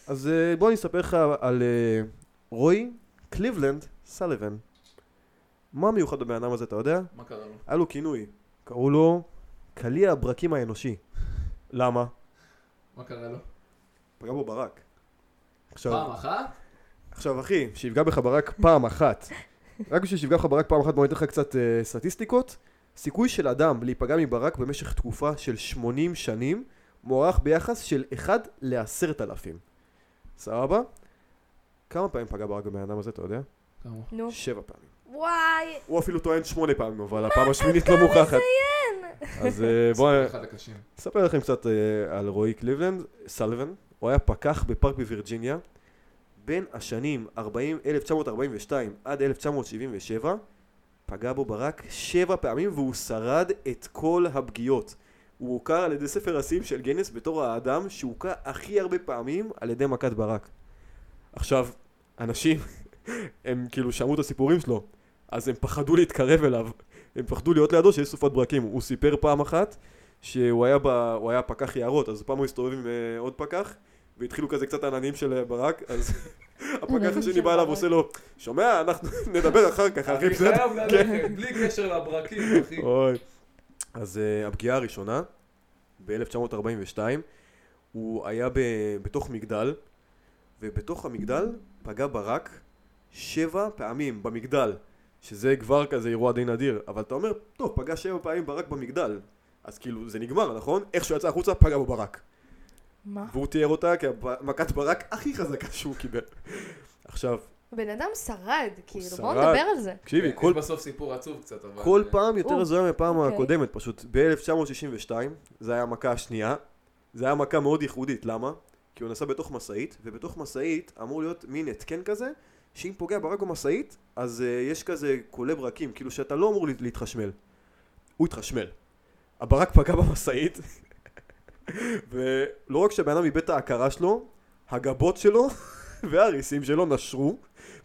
Speaker 3: אז אה, בוא אני אספר לך על אה, רוי קליבלנד סליבן. מה מיוחד בבן אדם הזה, אתה יודע?
Speaker 1: מה קרה לו?
Speaker 3: היה לו כינוי, קראו לו קליע הברקים האנושי. למה?
Speaker 1: מה קרה לו?
Speaker 3: פגע בו ברק. עכשיו,
Speaker 1: פעם אחת?
Speaker 3: עכשיו אחי, שיפגע בך ברק פעם אחת. רק בשביל שיפגע בך ברק פעם אחת, בוא אני אתן לך קצת אה, סטטיסטיקות. סיכוי של אדם להיפגע מברק במשך תקופה של 80 שנים, מוערך ביחס של 1 ל-10,000. סבבה? כמה פעמים פגע ברק בבן אדם הזה, אתה יודע?
Speaker 1: כמה?
Speaker 2: נו.
Speaker 3: שבע פעמים.
Speaker 2: וואי,
Speaker 3: הוא אפילו טוען שמונה פעמים, אבל הפעם השמינית לא מוכחת. אז אה, בואו
Speaker 1: אחד הקשים.
Speaker 3: נספר לכם קצת אה, על רועי קליבלנד, סלוון. הוא היה פקח בפארק בווירג'יניה. בין השנים 40, 1942 עד 1977 פגע בו ברק שבע פעמים והוא שרד את כל הפגיעות. הוא הוכר על ידי ספר השיאים של גינס בתור האדם שהוכה הכי הרבה פעמים על ידי מכת ברק. עכשיו, אנשים, הם כאילו שמעו את הסיפורים שלו, אז הם פחדו להתקרב אליו. הם פחדו להיות לידו שיש סופת ברקים. הוא סיפר פעם אחת שהוא היה, ב... הוא היה פקח יערות, אז פעם הוא הסתובב עם אה, עוד פקח, והתחילו כזה קצת עננים של אה, ברק, אז הפקח
Speaker 2: עננים של
Speaker 3: השני בא אליו
Speaker 2: ברק. אה,
Speaker 3: ועושה לו, שומע, אנחנו נדבר אחר כך, אחי, בסדר? ללכת,
Speaker 1: בלי קשר לברקים, אחי.
Speaker 3: אוי. אז uh, הפגיעה הראשונה, ב-1942, הוא היה ב- בתוך מגדל, ובתוך המגדל פגע ברק שבע פעמים במגדל, שזה כבר כזה אירוע די נדיר, אבל אתה אומר, טוב, פגע שבע פעמים ברק במגדל, אז כאילו זה נגמר, נכון? איך שהוא יצא החוצה, פגע בו ברק.
Speaker 2: מה?
Speaker 3: והוא תיאר אותה כמכת ברק הכי חזקה שהוא קיבל. עכשיו,
Speaker 2: בן אדם שרד, כאילו, בואו
Speaker 3: שרד.
Speaker 2: נדבר על זה.
Speaker 3: תקשיבי,
Speaker 1: יש
Speaker 3: כל
Speaker 1: בסוף סיפור עצוב קצת, אבל...
Speaker 3: כל
Speaker 1: אה,
Speaker 3: פעם יותר
Speaker 2: או.
Speaker 3: הזויה מהפעם
Speaker 2: אוקיי.
Speaker 3: הקודמת פשוט. ב-1962, זה היה המכה השנייה. זה היה מכה מאוד ייחודית, למה? כי הוא נסע בתוך משאית, ובתוך משאית אמור להיות מין התקן כזה, שאם פוגע ברק במשאית, אז uh, יש כזה קולי ברקים, כאילו שאתה לא אמור להת- להתחשמל. הוא התחשמל. הברק פגע במשאית, ולא רק שהבן אדם איבד את ההכרה שלו, הגבות שלו והריסים שלו נשרו,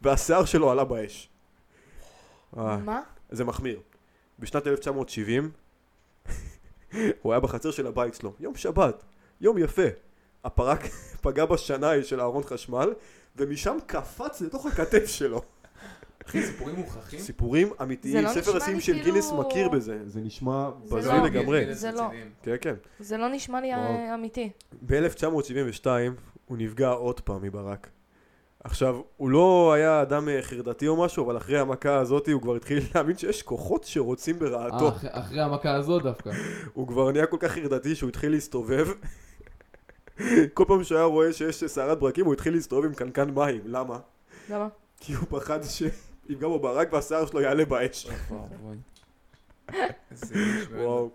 Speaker 3: והשיער שלו עלה באש. אה.
Speaker 2: מה?
Speaker 3: זה מחמיר. בשנת 1970, הוא היה בחצר של הבית שלו. יום שבת, יום יפה. הפרק פגע בשנאי של הארון חשמל, ומשם קפץ לתוך הכתף שלו.
Speaker 1: אחי, סיפורים מוכחים?
Speaker 3: סיפורים אמיתיים,
Speaker 2: אוקיי. זה לא
Speaker 3: ספר
Speaker 2: נשמע
Speaker 3: השיאים
Speaker 2: לי
Speaker 3: של
Speaker 2: כאילו-
Speaker 3: גינס מכיר בזה.
Speaker 5: זה נשמע
Speaker 2: זה
Speaker 3: בזוי
Speaker 2: לא-
Speaker 3: לגמרי.
Speaker 2: זה לא.
Speaker 1: רציניים.
Speaker 3: כן, כן.
Speaker 2: זה לא נשמע לי אה,
Speaker 3: וואו.
Speaker 2: אמיתי.
Speaker 3: ב-1972 הוא נפגע עוד פעם מברק. עכשיו, הוא לא היה אדם אה, חרדתי או משהו, אבל אחרי המכה הזאת הוא כבר התחיל להאמין שיש כוחות שרוצים ברעתו.
Speaker 1: אה, אח- אחרי המכה הזאת דווקא.
Speaker 3: הוא כבר נהיה כל כך חרדתי שהוא התחיל להסתובב. כל פעם שהוא היה רואה שיש סערת ברקים, הוא התחיל להסתובב עם קנקן מים. למה?
Speaker 2: למה?
Speaker 3: כי הוא פחד שיפגע בו ברק והשיער שלו יעלה באש.
Speaker 1: אוקיי. איזה איש, באמת.
Speaker 3: וואו.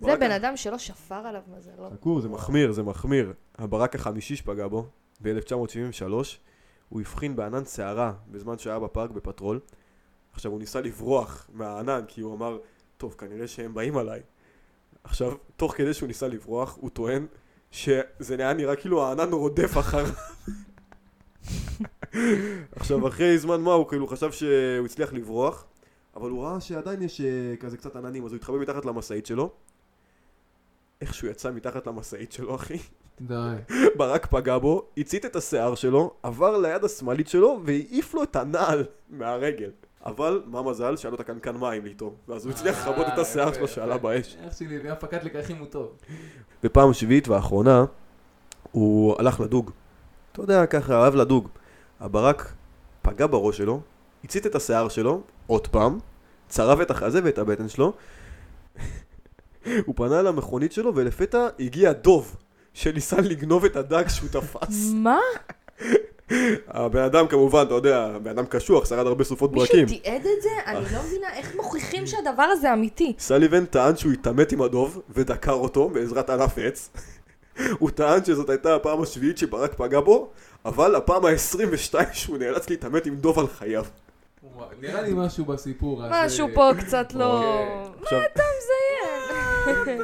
Speaker 2: זה
Speaker 3: ברק
Speaker 2: בן אדם שלא שפר עליו לא מזלו.
Speaker 5: חכו, זה
Speaker 3: זה
Speaker 5: מחמיא.
Speaker 3: מחמיר, זה מחמיר. הברק החמישי שפגע בו, ב-1973, הוא הבחין בענן סערה בזמן שהיה בפארק בפטרול. עכשיו, הוא ניסה לברוח מהענן, כי הוא אמר, טוב, כנראה שהם באים עליי. עכשיו, תוך כדי שהוא ניסה לברוח, הוא טוען שזה היה נראה כאילו הענן רודף אחריו. עכשיו, אחרי זמן מה, הוא כאילו חשב שהוא הצליח לברוח, אבל הוא ראה שעדיין יש אה, כזה קצת עננים, אז הוא התחבא מתחת למשאית שלו. איך שהוא יצא מתחת למשאית שלו, אחי.
Speaker 1: די.
Speaker 3: ברק פגע בו, הצית את השיער שלו, עבר ליד השמאלית שלו והעיף לו את הנעל מהרגל. אבל, מה מזל? שהיה לו את הקנקן מים לאיתו. ואז הוא הצליח
Speaker 1: אה,
Speaker 3: לכבות את השיער
Speaker 1: יפה,
Speaker 3: שלו שעלה
Speaker 1: יפה.
Speaker 3: באש.
Speaker 1: איך שלי, ואף פקד לקחים הוא טוב.
Speaker 3: ופעם שביעית ואחרונה, הוא הלך לדוג. אתה יודע, ככה, אהב לדוג. הברק פגע בראש שלו, הצית את השיער שלו, עוד פעם, צרב את החזה ואת הבטן שלו. הוא פנה למכונית שלו, ולפתע הגיע דוב, שניסה לגנוב את הדג שהוא תפס.
Speaker 2: מה?
Speaker 3: הבן אדם כמובן, אתה יודע, בן אדם קשוח, שרד הרבה סופות
Speaker 2: מישהו
Speaker 3: ברקים.
Speaker 2: תיעד את זה? אני לא מבינה איך מוכיחים שהדבר הזה אמיתי.
Speaker 3: סליבן טען שהוא התעמת עם הדוב ודקר אותו בעזרת ענף עץ. הוא טען שזאת הייתה הפעם השביעית שברק פגע בו, אבל הפעם ה-22 שהוא נאלץ להתעמת עם דוב על חייו.
Speaker 1: וואי, נראה לי משהו בסיפור הזה.
Speaker 2: משהו פה קצת לא... כן.
Speaker 1: אוקיי.
Speaker 3: עכשיו,
Speaker 2: מזיין.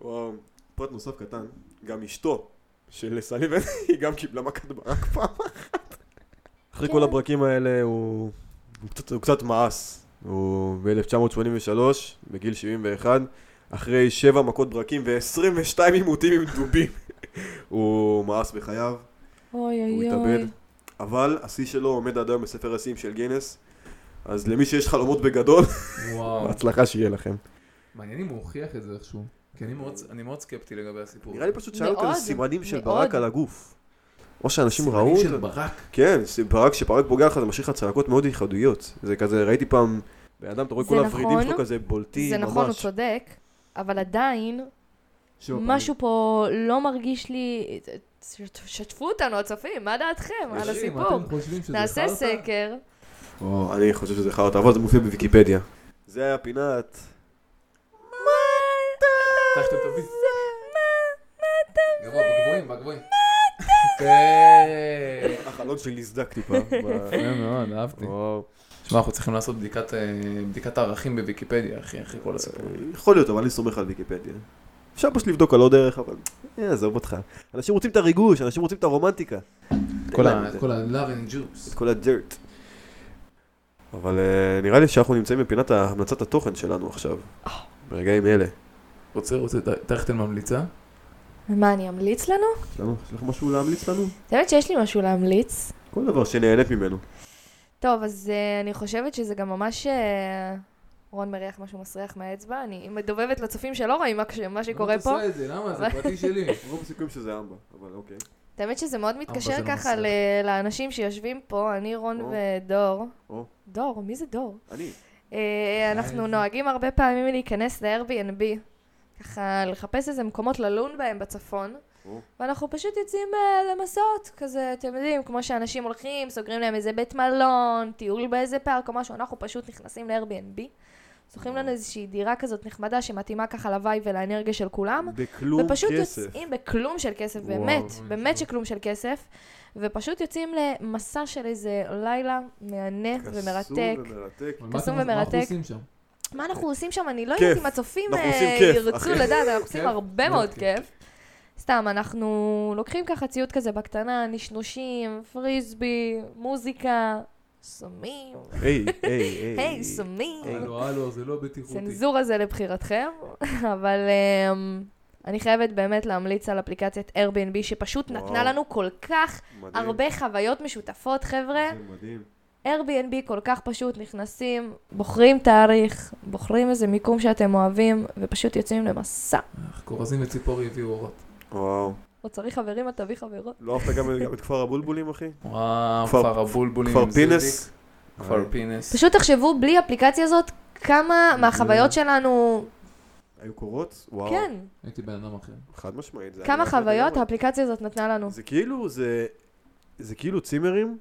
Speaker 3: וואו, פרט נוסף קטן, גם אשתו של סליבן, היא גם קיבלה מכת ברק פעם אחת. אחרי
Speaker 2: כן.
Speaker 3: כל הברקים האלה הוא הוא קצת- הוא קצת מאס. הוא ב-1983, בגיל 71, אחרי שבע מכות ברקים ו-22 עימותים עם דובים. הוא מאס בחייו,
Speaker 2: אוי
Speaker 3: הוא
Speaker 2: אוי
Speaker 3: התאבד.
Speaker 2: אוי.
Speaker 3: אבל השיא שלו עומד עד היום בספר השיאים של גינס. אז למי שיש חלומות בגדול,
Speaker 1: וואו.
Speaker 3: הצלחה שיהיה לכם.
Speaker 1: מעניין אם הוא הוכיח את זה איכשהו. כי אני מאוד- אני מאוד סקפטי לגבי הסיפור.
Speaker 3: נראה לי פשוט שהיו
Speaker 2: מאוד,
Speaker 3: כאלה סימנים של
Speaker 2: מאוד.
Speaker 3: ברק על הגוף. או שאנשים
Speaker 1: סימנים
Speaker 3: ראו
Speaker 1: של
Speaker 3: אותו.
Speaker 1: ברק.
Speaker 3: כן, ברק, כשברק פוגע לך זה משאיר לך צלקות מאוד ייחודיות. זה כזה, ראיתי פעם, בן אדם, אתה רואה
Speaker 2: זה
Speaker 3: כל הוורידים
Speaker 2: נכון.
Speaker 3: שלו כזה בולטים,
Speaker 2: זה
Speaker 3: ממש.
Speaker 2: נכון, הוא צודק, אבל עדיין,
Speaker 5: שוב,
Speaker 2: משהו פה לא מרגיש לי... שתפו אותנו, הצופים, מה דעתכם על
Speaker 1: אנשים,
Speaker 2: הסיפור?
Speaker 1: אתם חושבים שזה
Speaker 2: נעשה
Speaker 1: חרטא?
Speaker 2: סקר.
Speaker 5: או,
Speaker 3: אני חושב שזה חרטא, אבל זה מופיע בוויקיפדיה. זה היה פינת...
Speaker 1: צריך שאתם תביאו. גבוה, בגבוהים, בגבוהים. יפה.
Speaker 3: החלון שלי נסדק טיפה.
Speaker 1: יפה מאוד, אהבתי.
Speaker 3: וואו.
Speaker 1: שמע, אנחנו צריכים לעשות בדיקת, אה, בדיקת הערכים בוויקיפדיה, אחי, אחרי כל הסיפור.
Speaker 3: יכול להיות, אבל אני סומך על ויקיפדיה. אפשר פשוט לבדוק על עוד דרך, אבל... אה, עזוב אותך. אנשים רוצים את הריגוש, אנשים רוצים את הרומנטיקה.
Speaker 1: כל
Speaker 3: תן להם
Speaker 1: ה-
Speaker 3: את זה.
Speaker 1: כל ה-love and
Speaker 3: את
Speaker 1: juice.
Speaker 3: כל הדירט. אבל אה, נראה לי שאנחנו נמצאים בפינת המלצת התוכן שלנו עכשיו.
Speaker 2: אה.
Speaker 3: ברגעים אלה.
Speaker 1: רוצה, רוצה, ת- טייכטל ממליצה?
Speaker 2: מה, אני אמליץ לנו?
Speaker 3: יש לנו- יש לך משהו להמליץ לנו?
Speaker 2: האמת שיש לי משהו להמליץ.
Speaker 3: כל דבר שנהנית ממנו.
Speaker 2: טוב, אז אה, אני חושבת שזה גם ממש... אה, רון מריח משהו מסריח מהאצבע, אני מדובבת לצופים שלא רואים מה כש-
Speaker 1: לא
Speaker 2: מה שקורה פה.
Speaker 1: למה את עושה את זה? למה? זה פרטי שלי.
Speaker 3: רוב הסיכויים שזה אמבה, אבל אוקיי.
Speaker 2: האמת שזה מאוד מתקשר
Speaker 1: זה לא
Speaker 2: ככה
Speaker 1: מסריח.
Speaker 2: ל- לאנשים שיושבים פה, אני, רון
Speaker 3: או.
Speaker 2: ודור.
Speaker 3: או.
Speaker 2: דור, מי זה דור?
Speaker 3: אני.
Speaker 2: אה, אנחנו
Speaker 1: איזה-
Speaker 2: נוהגים הרבה פעמים להיכנס ל-Airbnb, ככה לחפש איזה מקומות ללון בהם בצפון,
Speaker 3: או.
Speaker 2: ואנחנו פשוט יוצאים אה, למסעות, כזה, אתם יודעים, כמו שאנשים הולכים, סוגרים להם איזה בית מלון, טיול באיזה פארק או משהו, אנחנו פשוט נכנסים ל-Airbnb, זוכרים לנו איזושהי דירה כזאת נחמדה שמתאימה ככה לווייב ולאנרגיה של כולם,
Speaker 3: בכלום
Speaker 2: ופשוט
Speaker 3: כסף.
Speaker 2: יוצאים בכלום של כסף,
Speaker 3: וואו,
Speaker 2: באמת,
Speaker 1: אוי,
Speaker 2: באמת
Speaker 1: טוב.
Speaker 2: שכלום של כסף, ופשוט יוצאים למסע של איזה לילה מהנה ומרתק.
Speaker 3: קסום ומרתק.
Speaker 1: אבל מה
Speaker 2: קסום
Speaker 1: אתם- מה אנחנו
Speaker 2: ומרתק.
Speaker 1: עושים שם?
Speaker 2: מה אנחנו עושים שם? אני לא
Speaker 3: כיף.
Speaker 2: יודעת אם הצופים
Speaker 3: אנחנו
Speaker 2: אה,
Speaker 3: עושים כיף,
Speaker 2: ירצו
Speaker 3: אחי.
Speaker 2: לדעת, אנחנו עושים
Speaker 1: כיף?
Speaker 2: הרבה
Speaker 1: מאוד
Speaker 2: מאוד
Speaker 1: כיף.
Speaker 2: כיף. סתם, אנחנו לוקחים ככה ציוד כזה בקטנה, נשנושים, פריסבי, מוזיקה, סמים,
Speaker 3: היי, היי,
Speaker 2: היי, סמים.
Speaker 1: הלו, הלו, זה לא בטיחותי.
Speaker 2: צנזורה זה לבחירתכם, אבל אמ, אני חייבת באמת להמליץ על אפליקציית Airbnb, שפשוט נתנה
Speaker 3: וואו.
Speaker 2: לנו כל כך
Speaker 3: מדהים.
Speaker 2: הרבה חוויות משותפות, חבר'ה.
Speaker 5: זה מדהים.
Speaker 2: Airbnb כל כך פשוט, נכנסים, בוחרים תאריך, בוחרים איזה מיקום שאתם אוהבים, ופשוט יוצאים למסע.
Speaker 1: אך, כורזים וציפורי הביאו אורות.
Speaker 3: וואו.
Speaker 2: או צריך חברים, אז תביא חברות.
Speaker 3: לא אהבת גם גם את כפר הבולבולים, אחי?
Speaker 1: וואו,
Speaker 3: כפר-
Speaker 1: כפר אוקיי. הבולבולים.
Speaker 3: כפר
Speaker 1: עם זיזיק,
Speaker 3: פינס?
Speaker 1: כפר פינס.
Speaker 2: פשוט תחשבו, בלי אפליקציה הזאת, כמה מהחוויות שלנו,
Speaker 3: היו קורות? וואו.
Speaker 2: כן,
Speaker 1: הייתי בן אדם אחר.
Speaker 3: חד משמעית. זה
Speaker 2: כמה
Speaker 3: היה-
Speaker 2: חוויות האפליקציה הזאת נתנה לנו.
Speaker 3: זה כאילו, זה... זה כאילו צימרים,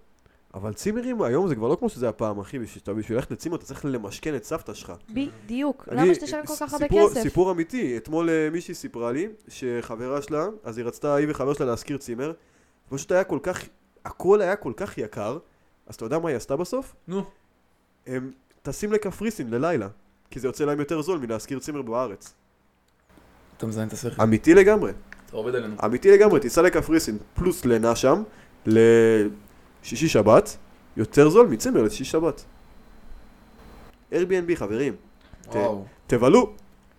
Speaker 3: אבל צימרים היום זה כבר לא כמו שזה היה פעם, אחי. בשביל שאתה- בשביל ללכת לצימר אתה צריך למשכן את סבתא שלך.
Speaker 2: בדיוק.
Speaker 3: אני-
Speaker 2: למה שתשלם כל כך הרבה
Speaker 3: סיפור-
Speaker 2: כסף?
Speaker 3: סיפור אמיתי, אתמול אה, מישהי סיפרה לי שחברה שלה, אז היא רצתה, היא וחבר שלה להשכיר צימר, פשוט היה כל כך, הכל היה כל כך יקר, אז אתה יודע מה היא עשתה בסוף?
Speaker 1: נו.
Speaker 3: הם טסים לקפריסין ללילה, כי זה יוצא להם יותר זול מלהשכיר צימר בארץ.
Speaker 1: אתה מזיין את השכל.
Speaker 3: אמיתי לגמרי,
Speaker 1: אתה עובד עלינו.
Speaker 3: אמיתי לגמרי, תיסע לקפריסין, פלוס לינה שם, לשישי שבת, יותר זול מצימר לשישי שבת. Airbnb חברים,
Speaker 1: וואו.
Speaker 3: תבלו.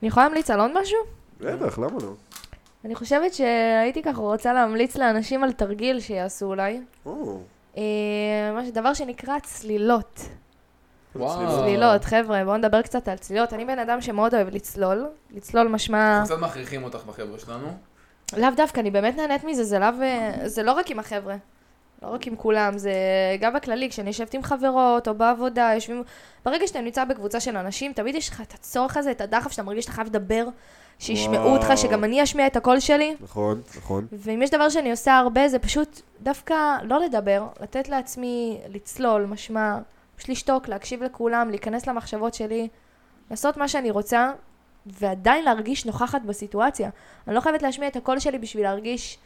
Speaker 2: אני יכולה להמליץ על עוד משהו?
Speaker 3: בטח, למה לא?
Speaker 2: אני חושבת שהייתי ככה רוצה להמליץ לאנשים על תרגיל שיעשו אולי.
Speaker 3: או,
Speaker 2: אה, מה ש- דבר שנקרא צלילות.
Speaker 1: וואו.
Speaker 2: צלילות, חבר'ה, בואו נדבר קצת על צלילות. אני בן אדם שמאוד אוהב לצלול. לצלול משמע...
Speaker 1: קצת מכריחים אותך בחבר'ה שלנו.
Speaker 2: לאו דווקא, אני באמת נהנית מזה, זה, לאו, זה לא רק עם החבר'ה, לא רק עם כולם, זה גם בכללי, כשאני יושבת עם חברות או בעבודה, יושבים... ברגע שאתה נמצא בקבוצה של אנשים, תמיד יש לך את הצורך הזה, את הדחף שאתה מרגיש שאתה חייב לדבר, שישמעו
Speaker 3: וואו.
Speaker 2: אותך, שגם אני אשמיע את הקול שלי.
Speaker 3: נכון, נכון.
Speaker 2: ואם יש דבר שאני עושה הרבה, זה פשוט דווקא לא לדבר, לתת לעצמי לצלול, משמע, פשוט לשתוק, להקשיב לכולם, להיכנס למחשבות שלי, לעשות מה שאני רוצה, ועדיין להרגיש נוכחת בסיטואציה. אני לא חייבת להשמיע את הקול שלי בשביל להרגיש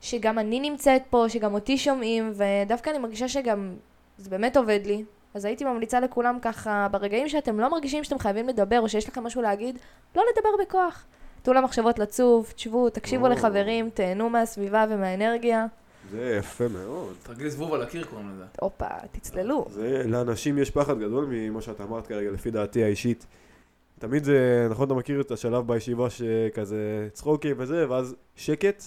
Speaker 2: שגם אני נמצאת פה, שגם אותי שומעים, ודווקא אני מרגישה שגם זה באמת עובד לי. אז הייתי ממליצה לכולם ככה, ברגעים שאתם לא מרגישים שאתם חייבים לדבר, או שיש לכם משהו להגיד, לא לדבר בכוח. תנו למחשבות לצוף, תשבו, תקשיבו
Speaker 3: או.
Speaker 2: לחברים, תהנו מהסביבה ומהאנרגיה.
Speaker 3: זה יפה מאוד.
Speaker 1: תרגיל זבוב על הקיר קוראים לזה.
Speaker 2: הופה, תצללו.
Speaker 3: זה, לאנשים יש פחד גדול ממה שאת אמרת כרגע, לפי דעתי האישית. תמיד זה, נכון, אתה מכיר את השלב בישיבה שכזה צחוקים וזה, ואז שקט,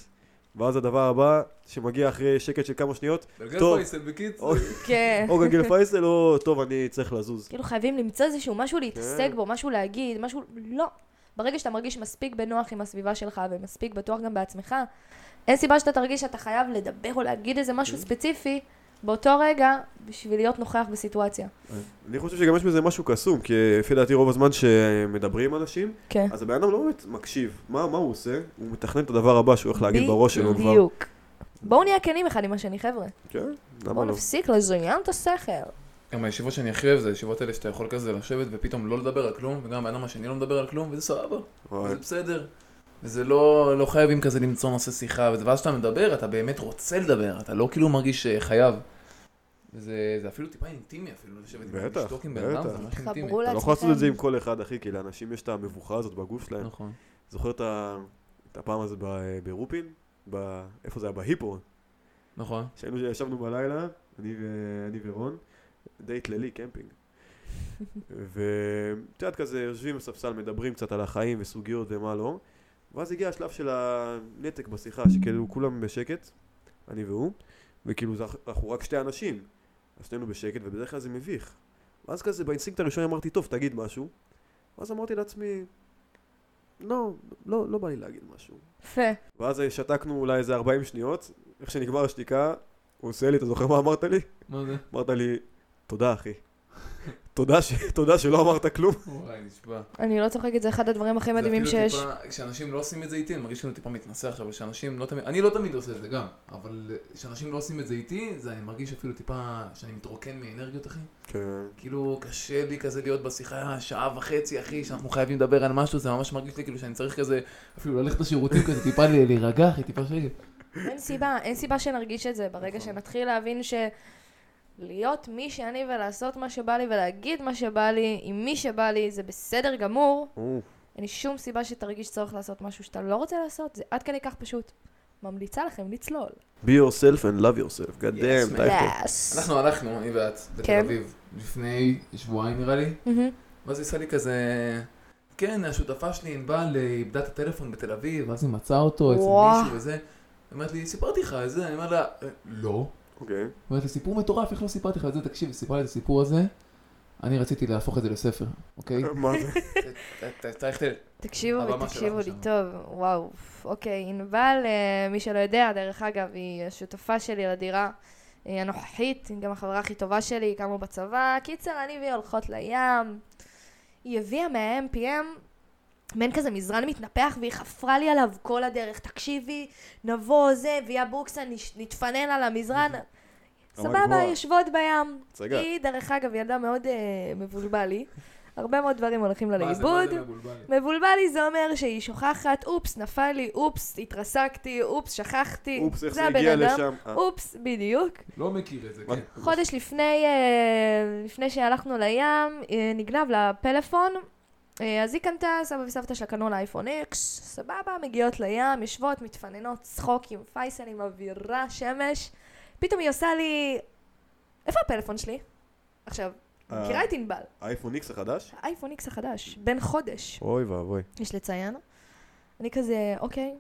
Speaker 3: ואז הדבר הבא שמגיע אחרי שקט של כמה שניות,
Speaker 1: בלגל
Speaker 3: טוב.
Speaker 1: פייסל בקיץ.
Speaker 3: או-
Speaker 2: כן.
Speaker 3: או גלגל פייסל או טוב, אני צריך לזוז.
Speaker 2: כאילו חייבים למצוא איזשהו משהו להתעסק
Speaker 3: כן.
Speaker 2: בו, משהו להגיד, משהו... לא. ברגע שאתה מרגיש מספיק בנוח עם הסביבה שלך ומספיק בטוח גם בעצמך, אין סיבה שאתה תרגיש שאתה חייב לדבר או להגיד איזה
Speaker 3: כן.
Speaker 2: משהו ספציפי באותו רגע בשביל להיות נוכח בסיטואציה.
Speaker 3: אני חושב שגם יש בזה משהו קסום, כי לפי דעתי רוב הזמן שמדברים אנשים,
Speaker 2: כן.
Speaker 3: אז הבן אדם לא באמת מקשיב. מה מה הוא עושה? הוא מתכנן את הדבר הבא שהוא הולך להגיד בראש שלו כבר.
Speaker 2: בדיוק. בואו נהיה כנים אחד עם השני, חבר'ה.
Speaker 3: כן, למה
Speaker 2: בואו
Speaker 3: לא?
Speaker 2: נפסיק לזיין את השכל.
Speaker 1: גם הישיבות שאני הכי אוהב זה הישיבות האלה שאתה יכול כזה לשבת ופתאום לא לדבר על כלום, וגם הבן אדם השני לא מדבר על כלום, וזה סבבה,
Speaker 3: וואי.
Speaker 1: וזה בסדר. וזה לא, לא חייבים כזה למצוא נושא שיחה, וזה- ואז כשאתה מדבר, אתה באמת רוצה לדבר, אתה לא כאילו מרגיש אה, חייב. וזה זה אפילו טיפה אינטימי אפילו, לשבת עם-
Speaker 3: בטח,
Speaker 1: לשתוק עם בן אדם,
Speaker 3: בטח.
Speaker 1: זה ממש אינטימי.
Speaker 2: חברו
Speaker 3: אתה לא יכול לעשות את זה
Speaker 2: לעצמכם.
Speaker 3: עם כל אחד, אחי, כי לאנשים יש את המבוכה הזאת בגוף שלהם.
Speaker 1: נכון.
Speaker 3: זוכר את ה- את הפעם הזאת ב- אה, ברופין? ב- איפה זה היה? בהיפו.
Speaker 1: נכון.
Speaker 3: שהיינו, ישבנו בלילה, אני, ו... אני ורון, דייט לילי, קמפינג. ואת יודעת, כזה יושבים בספסל, מדברים קצת על החיים וסוגיות ומה לא. ואז הגיע השלב של הנתק בשיחה, שכאילו כולם בשקט, אני והוא, וכאילו זה- אנחנו רק שתי אנשים, אז שנינו בשקט, ובדרך כלל זה מביך. ואז כזה באינסטינקט הראשון אמרתי, טוב, תגיד משהו. ואז אמרתי לעצמי, לא, לא, לא בא לי להגיד משהו.
Speaker 2: יפה.
Speaker 3: ואז שתקנו אולי איזה 40 שניות, איך שנגמר השתיקה, הוא עושה לי, אתה זוכר מה אמרת לי?
Speaker 1: מה זה?
Speaker 3: אמרת לי, תודה אחי. תודה, ש... תודה שלא אמרת כלום.
Speaker 1: וואי, נשבע.
Speaker 2: אני לא צוחקת, זה אחד הדברים הכי
Speaker 1: זה
Speaker 2: מדהימים
Speaker 1: אפילו
Speaker 2: שיש.
Speaker 1: טיפה- כשאנשים לא עושים את זה איתי, אני מרגיש שאני טיפה מתנשא עכשיו, אבל כשאנשים לא תמיד, אני לא תמיד עושה את זה גם, אבל אה, כשאנשים לא עושים את זה איתי, זה אני מרגיש אפילו טיפה, שאני מתרוקן מאנרגיות, אחי.
Speaker 3: כן.
Speaker 1: כאילו, קשה לי כזה להיות בשיחה שעה וחצי, אחי, שאנחנו חייבים לדבר על משהו, זה ממש מרגיש לי כאילו שאני צריך כזה, אפילו ללכת לשירותים כזה, טיפה ל- להירגע, אחי, טיפה שקט.
Speaker 2: אין סיבה, אין סיבה שנרגיש את זה. ברגע
Speaker 1: נכון.
Speaker 2: שנתחיל להבין ש... להיות מי שאני ולעשות מה שבא לי ולהגיד מה שבא לי עם מי שבא לי זה בסדר גמור, אין שום סיבה שתרגיש צורך לעשות משהו שאתה לא רוצה לעשות, זה עד כדי כך פשוט. ממליצה לכם לצלול.
Speaker 3: Be yourself and love yourself, God
Speaker 1: Yes,
Speaker 3: damn,
Speaker 1: man.
Speaker 3: טייפטי.
Speaker 2: Yes.
Speaker 1: אנחנו הלכנו, אני ואת, לתל
Speaker 2: כן.
Speaker 1: אביב, לפני שבועיים נראה לי,
Speaker 2: מהמם.
Speaker 1: ואז היא עשה לי כזה... כן, השותפה שלי ענבל אה, איבדה את הטלפון בתל אביב, ואז היא מצאה אותו אצל
Speaker 2: וואו.
Speaker 1: מישהו וזה. היא אומרת לי, סיפרתי לך את זה, אני אומר לה, "אה, לא.
Speaker 3: אוקיי.
Speaker 1: אומרת לי, סיפור מטורף, איך לא סיפרתי לך את זה? תקשיב, היא סיפרה לי את הסיפור הזה, אני רציתי להפוך את זה לספר, אוקיי?
Speaker 3: מה זה?
Speaker 1: ת- ת- צריך ת-
Speaker 2: תקשיבו לי,
Speaker 1: הבמה
Speaker 2: תקשיבו
Speaker 1: שלך
Speaker 2: לי
Speaker 1: עכשיו.
Speaker 2: טוב, וואו. אוקיי, ענבל, אה, מי שלא יודע, דרך אגב, היא השותפה שלי לדירה אה, הנוכחית, היא גם החברה הכי טובה שלי, הכרנו בצבא. קיצר, אני והיא הולכות לים. היא הביאה מה-MPM מעין כזה מזרן מתנפח, והיא חפרה לי עליו כל הדרך. תקשיבי, נבוא זה, ויה בוקסה, נש- נתפנן על המזרן. סבבה,
Speaker 5: גבוהה.
Speaker 2: יושבות בים.
Speaker 3: הצגה.
Speaker 2: היא, דרך אגב, ילדה מאוד אה, מבולבל היא. הרבה מאוד דברים הולכים לה
Speaker 1: מה זה-
Speaker 2: לאיבוד.
Speaker 1: מה זה מבולבל?
Speaker 2: מבולבלי זה אומר שהיא שוכחת, אופס, נפל לי, אופס, התרסקתי, אופס, שכחתי.
Speaker 3: אופס, איך זה
Speaker 2: הבן
Speaker 3: הגיע
Speaker 2: אדם.
Speaker 3: לשם? אה,
Speaker 2: אופס, בדיוק.
Speaker 1: לא מכיר את זה,
Speaker 3: מה?
Speaker 1: כן.
Speaker 2: חודש לפני, אה, לפני שהלכנו לים, אה, נגנב לה פלאפון. אה, אז היא קנתה, סבא וסבתא שלה קנו לה אייפון איקס, סבבה, מגיעות לים, יושבות, מתפננות, צחוקים, פייסלים, אווירה, שמש. פתאום היא עושה לי... איפה הפלאפון שלי? עכשיו,
Speaker 3: אה.
Speaker 2: מכירה את ענבל,
Speaker 3: האייפון איקס החדש?
Speaker 2: האייפון איקס החדש, בן חודש.
Speaker 3: אוי ואבוי.
Speaker 2: יש לציין. אני כזה, אוקיי,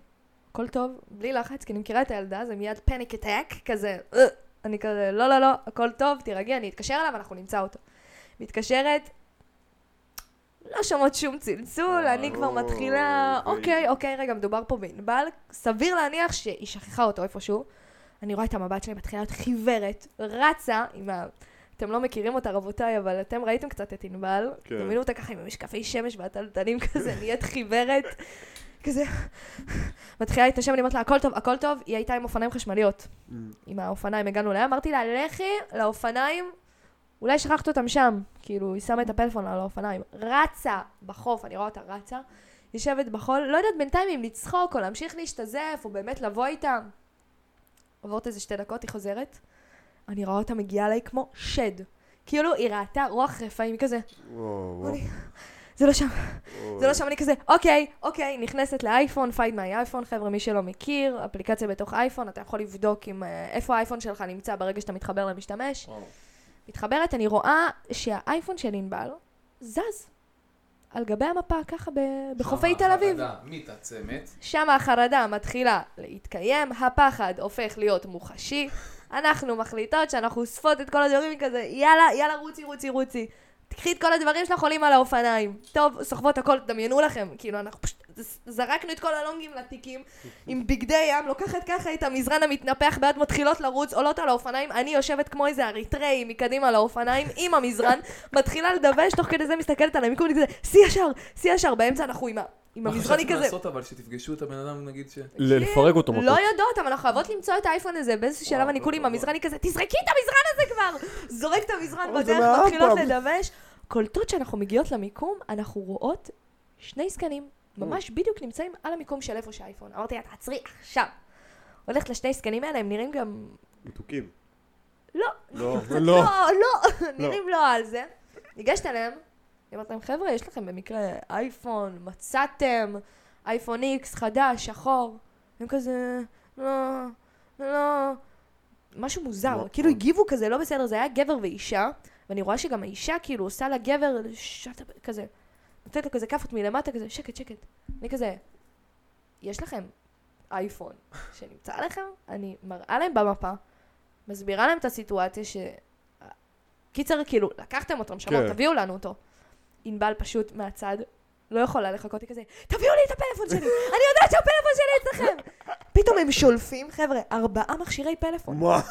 Speaker 2: הכל טוב, בלי לחץ, כי אני מכירה את הילדה, זה מיד פניק אטק, כזה, "אה". אני כזה, לא, לא, לא, הכל טוב, תירגעי, אני אתקשר אליו, אנחנו נמצא אותו. מתקשרת, לא שומעות שום צלצול, אני כבר
Speaker 3: אוי,
Speaker 2: מתחילה,
Speaker 3: אוי.
Speaker 2: אוקיי, אוקיי, רגע, מדובר פה בענבל, סביר להניח שהיא שכחה אותו איפשהו. אני רואה את המבט שלי, מתחילה להיות חיוורת, רצה עם ה... אתם לא מכירים אותה, רבותיי, אבל אתם ראיתם קצת את ענבל.
Speaker 3: כן.
Speaker 2: דמיינו אותה ככה עם המשקפי שמש והטלטלים כזה, נהיית חיוורת. כזה, מתחילה להתנשם, אני אומרת לה, הכל טוב, הכל טוב. היא הייתה עם אופניים חשמליות.
Speaker 3: Mm.
Speaker 2: עם האופניים הגענו לים, אמרתי לה, לכי לאופניים, אולי שכחת אותם שם. כאילו, היא שמה את הפלאפון על האופניים. רצה בחוף, אני רואה אותה רצה, יושבת בחול, לא יודעת בינתיים אם לצחוק או להמשיך להשתזף, או באמת לבוא איתה. עוברות איזה שתי דקות, היא חוזרת. אני רואה אותה מגיעה אליי כמו שד. כאילו, היא ראתה רוח חפה, היא כזה,
Speaker 3: וואו, וואו.
Speaker 2: אוי, זה לא שם.
Speaker 3: אוי.
Speaker 2: זה לא שם, אני כזה, אוקיי, אוקיי, נכנסת לאייפון, find my אייפון, חבר'ה, מי שלא מכיר, אפליקציה בתוך אייפון, אתה יכול לבדוק אם, אה, איפה האייפון שלך נמצא ברגע שאתה מתחבר למשתמש.
Speaker 1: וואו.
Speaker 2: מתחברת, אני רואה שהאייפון של ענבל זז על גבי המפה, ככה ב- בחופי
Speaker 1: שם
Speaker 2: תל אביב.
Speaker 1: החרדה מתעצמת.
Speaker 2: שם החרדה מתחילה להתקיים, הפחד הופך להיות מוחשי, אנחנו מחליטות שאנחנו אוספות את כל הדברים כזה, יאללה, יאללה, רוצי, רוצי, רוצי. תקחי את כל הדברים שלך, עולים על האופניים. טוב, סוחבות הכל, דמיינו לכם. כאילו, אנחנו פשוט ז- זרקנו את כל הלונגים לתיקים, עם בגדי ים, לוקחת ככה את המזרן המתנפח ביד, מתחילות לרוץ, עולות על האופניים, אני יושבת כמו איזה אריתראי מקדימה לאופניים, עם המזרן, מתחילה לדבש, תוך כדי זה מסתכלת על המיקום, אני כזה, שיא ישר, שיא ישר, באמצע אנחנו עם ה- עם המזרן, היא
Speaker 1: מה חשבתם
Speaker 2: כזה,
Speaker 1: לעשות אבל שתפגשו את הבן אדם נגיד ש...
Speaker 2: תקשיב,
Speaker 6: לפרק אותו מכות.
Speaker 2: לא יודעות, אבל אנחנו חייבות למצוא את האייפון הזה. באיזשהו
Speaker 3: אה,
Speaker 2: שלב אני
Speaker 3: אוקיי,
Speaker 2: כולי עם המזרן, היא כזה, תזרקי את המזרן הזה כבר! זורק את המזרן
Speaker 3: אבל זה
Speaker 2: בדרך,
Speaker 3: מהאמפם.
Speaker 2: מתחילות לדבש. קולטות שאנחנו מגיעות למיקום, אנחנו רואות שני זקנים,
Speaker 3: אה.
Speaker 2: ממש בדיוק נמצאים על המיקום של איפה שהאייפון. אמרתי לה, תעצרי עכשיו. הולכת לשני זקנים האלה, הם נראים גם...
Speaker 3: מתוקים.
Speaker 2: לא,
Speaker 3: לא.
Speaker 6: לא.
Speaker 2: לא, לא, נראים לא על זה. ניגשת אליהם, אמרת להם, חבר'ה, יש לכם במקרה אייפון, מצאתם, אייפון איקס, חדש, שחור. הם כזה, לא, לא, משהו מוזר.
Speaker 3: לא,
Speaker 2: כאילו
Speaker 3: לא.
Speaker 2: הגיבו כזה, לא בסדר, זה היה גבר ואישה, ואני רואה שגם האישה כאילו עושה לגבר, "שת הפ-" כזה, נותנת לו כזה כאפות מלמטה, כזה, שקט, שקט. אני כזה, יש לכם אייפון שנמצא עליכם? אני מראה להם במפה, מסבירה להם את הסיטואציה ש... קיצר, כאילו, לקחתם אותו, משמעות,
Speaker 3: כן.
Speaker 2: תביאו לנו אותו. ענבל פשוט מהצד, לא יכולה לחכות, היא כזה, תביאו לי את הפלאפון שלי, אני יודעת שהפלאפון שלי אצלכם. פתאום הם שולפים, חבר'ה, ארבעה מכשירי פלאפון.
Speaker 3: מה?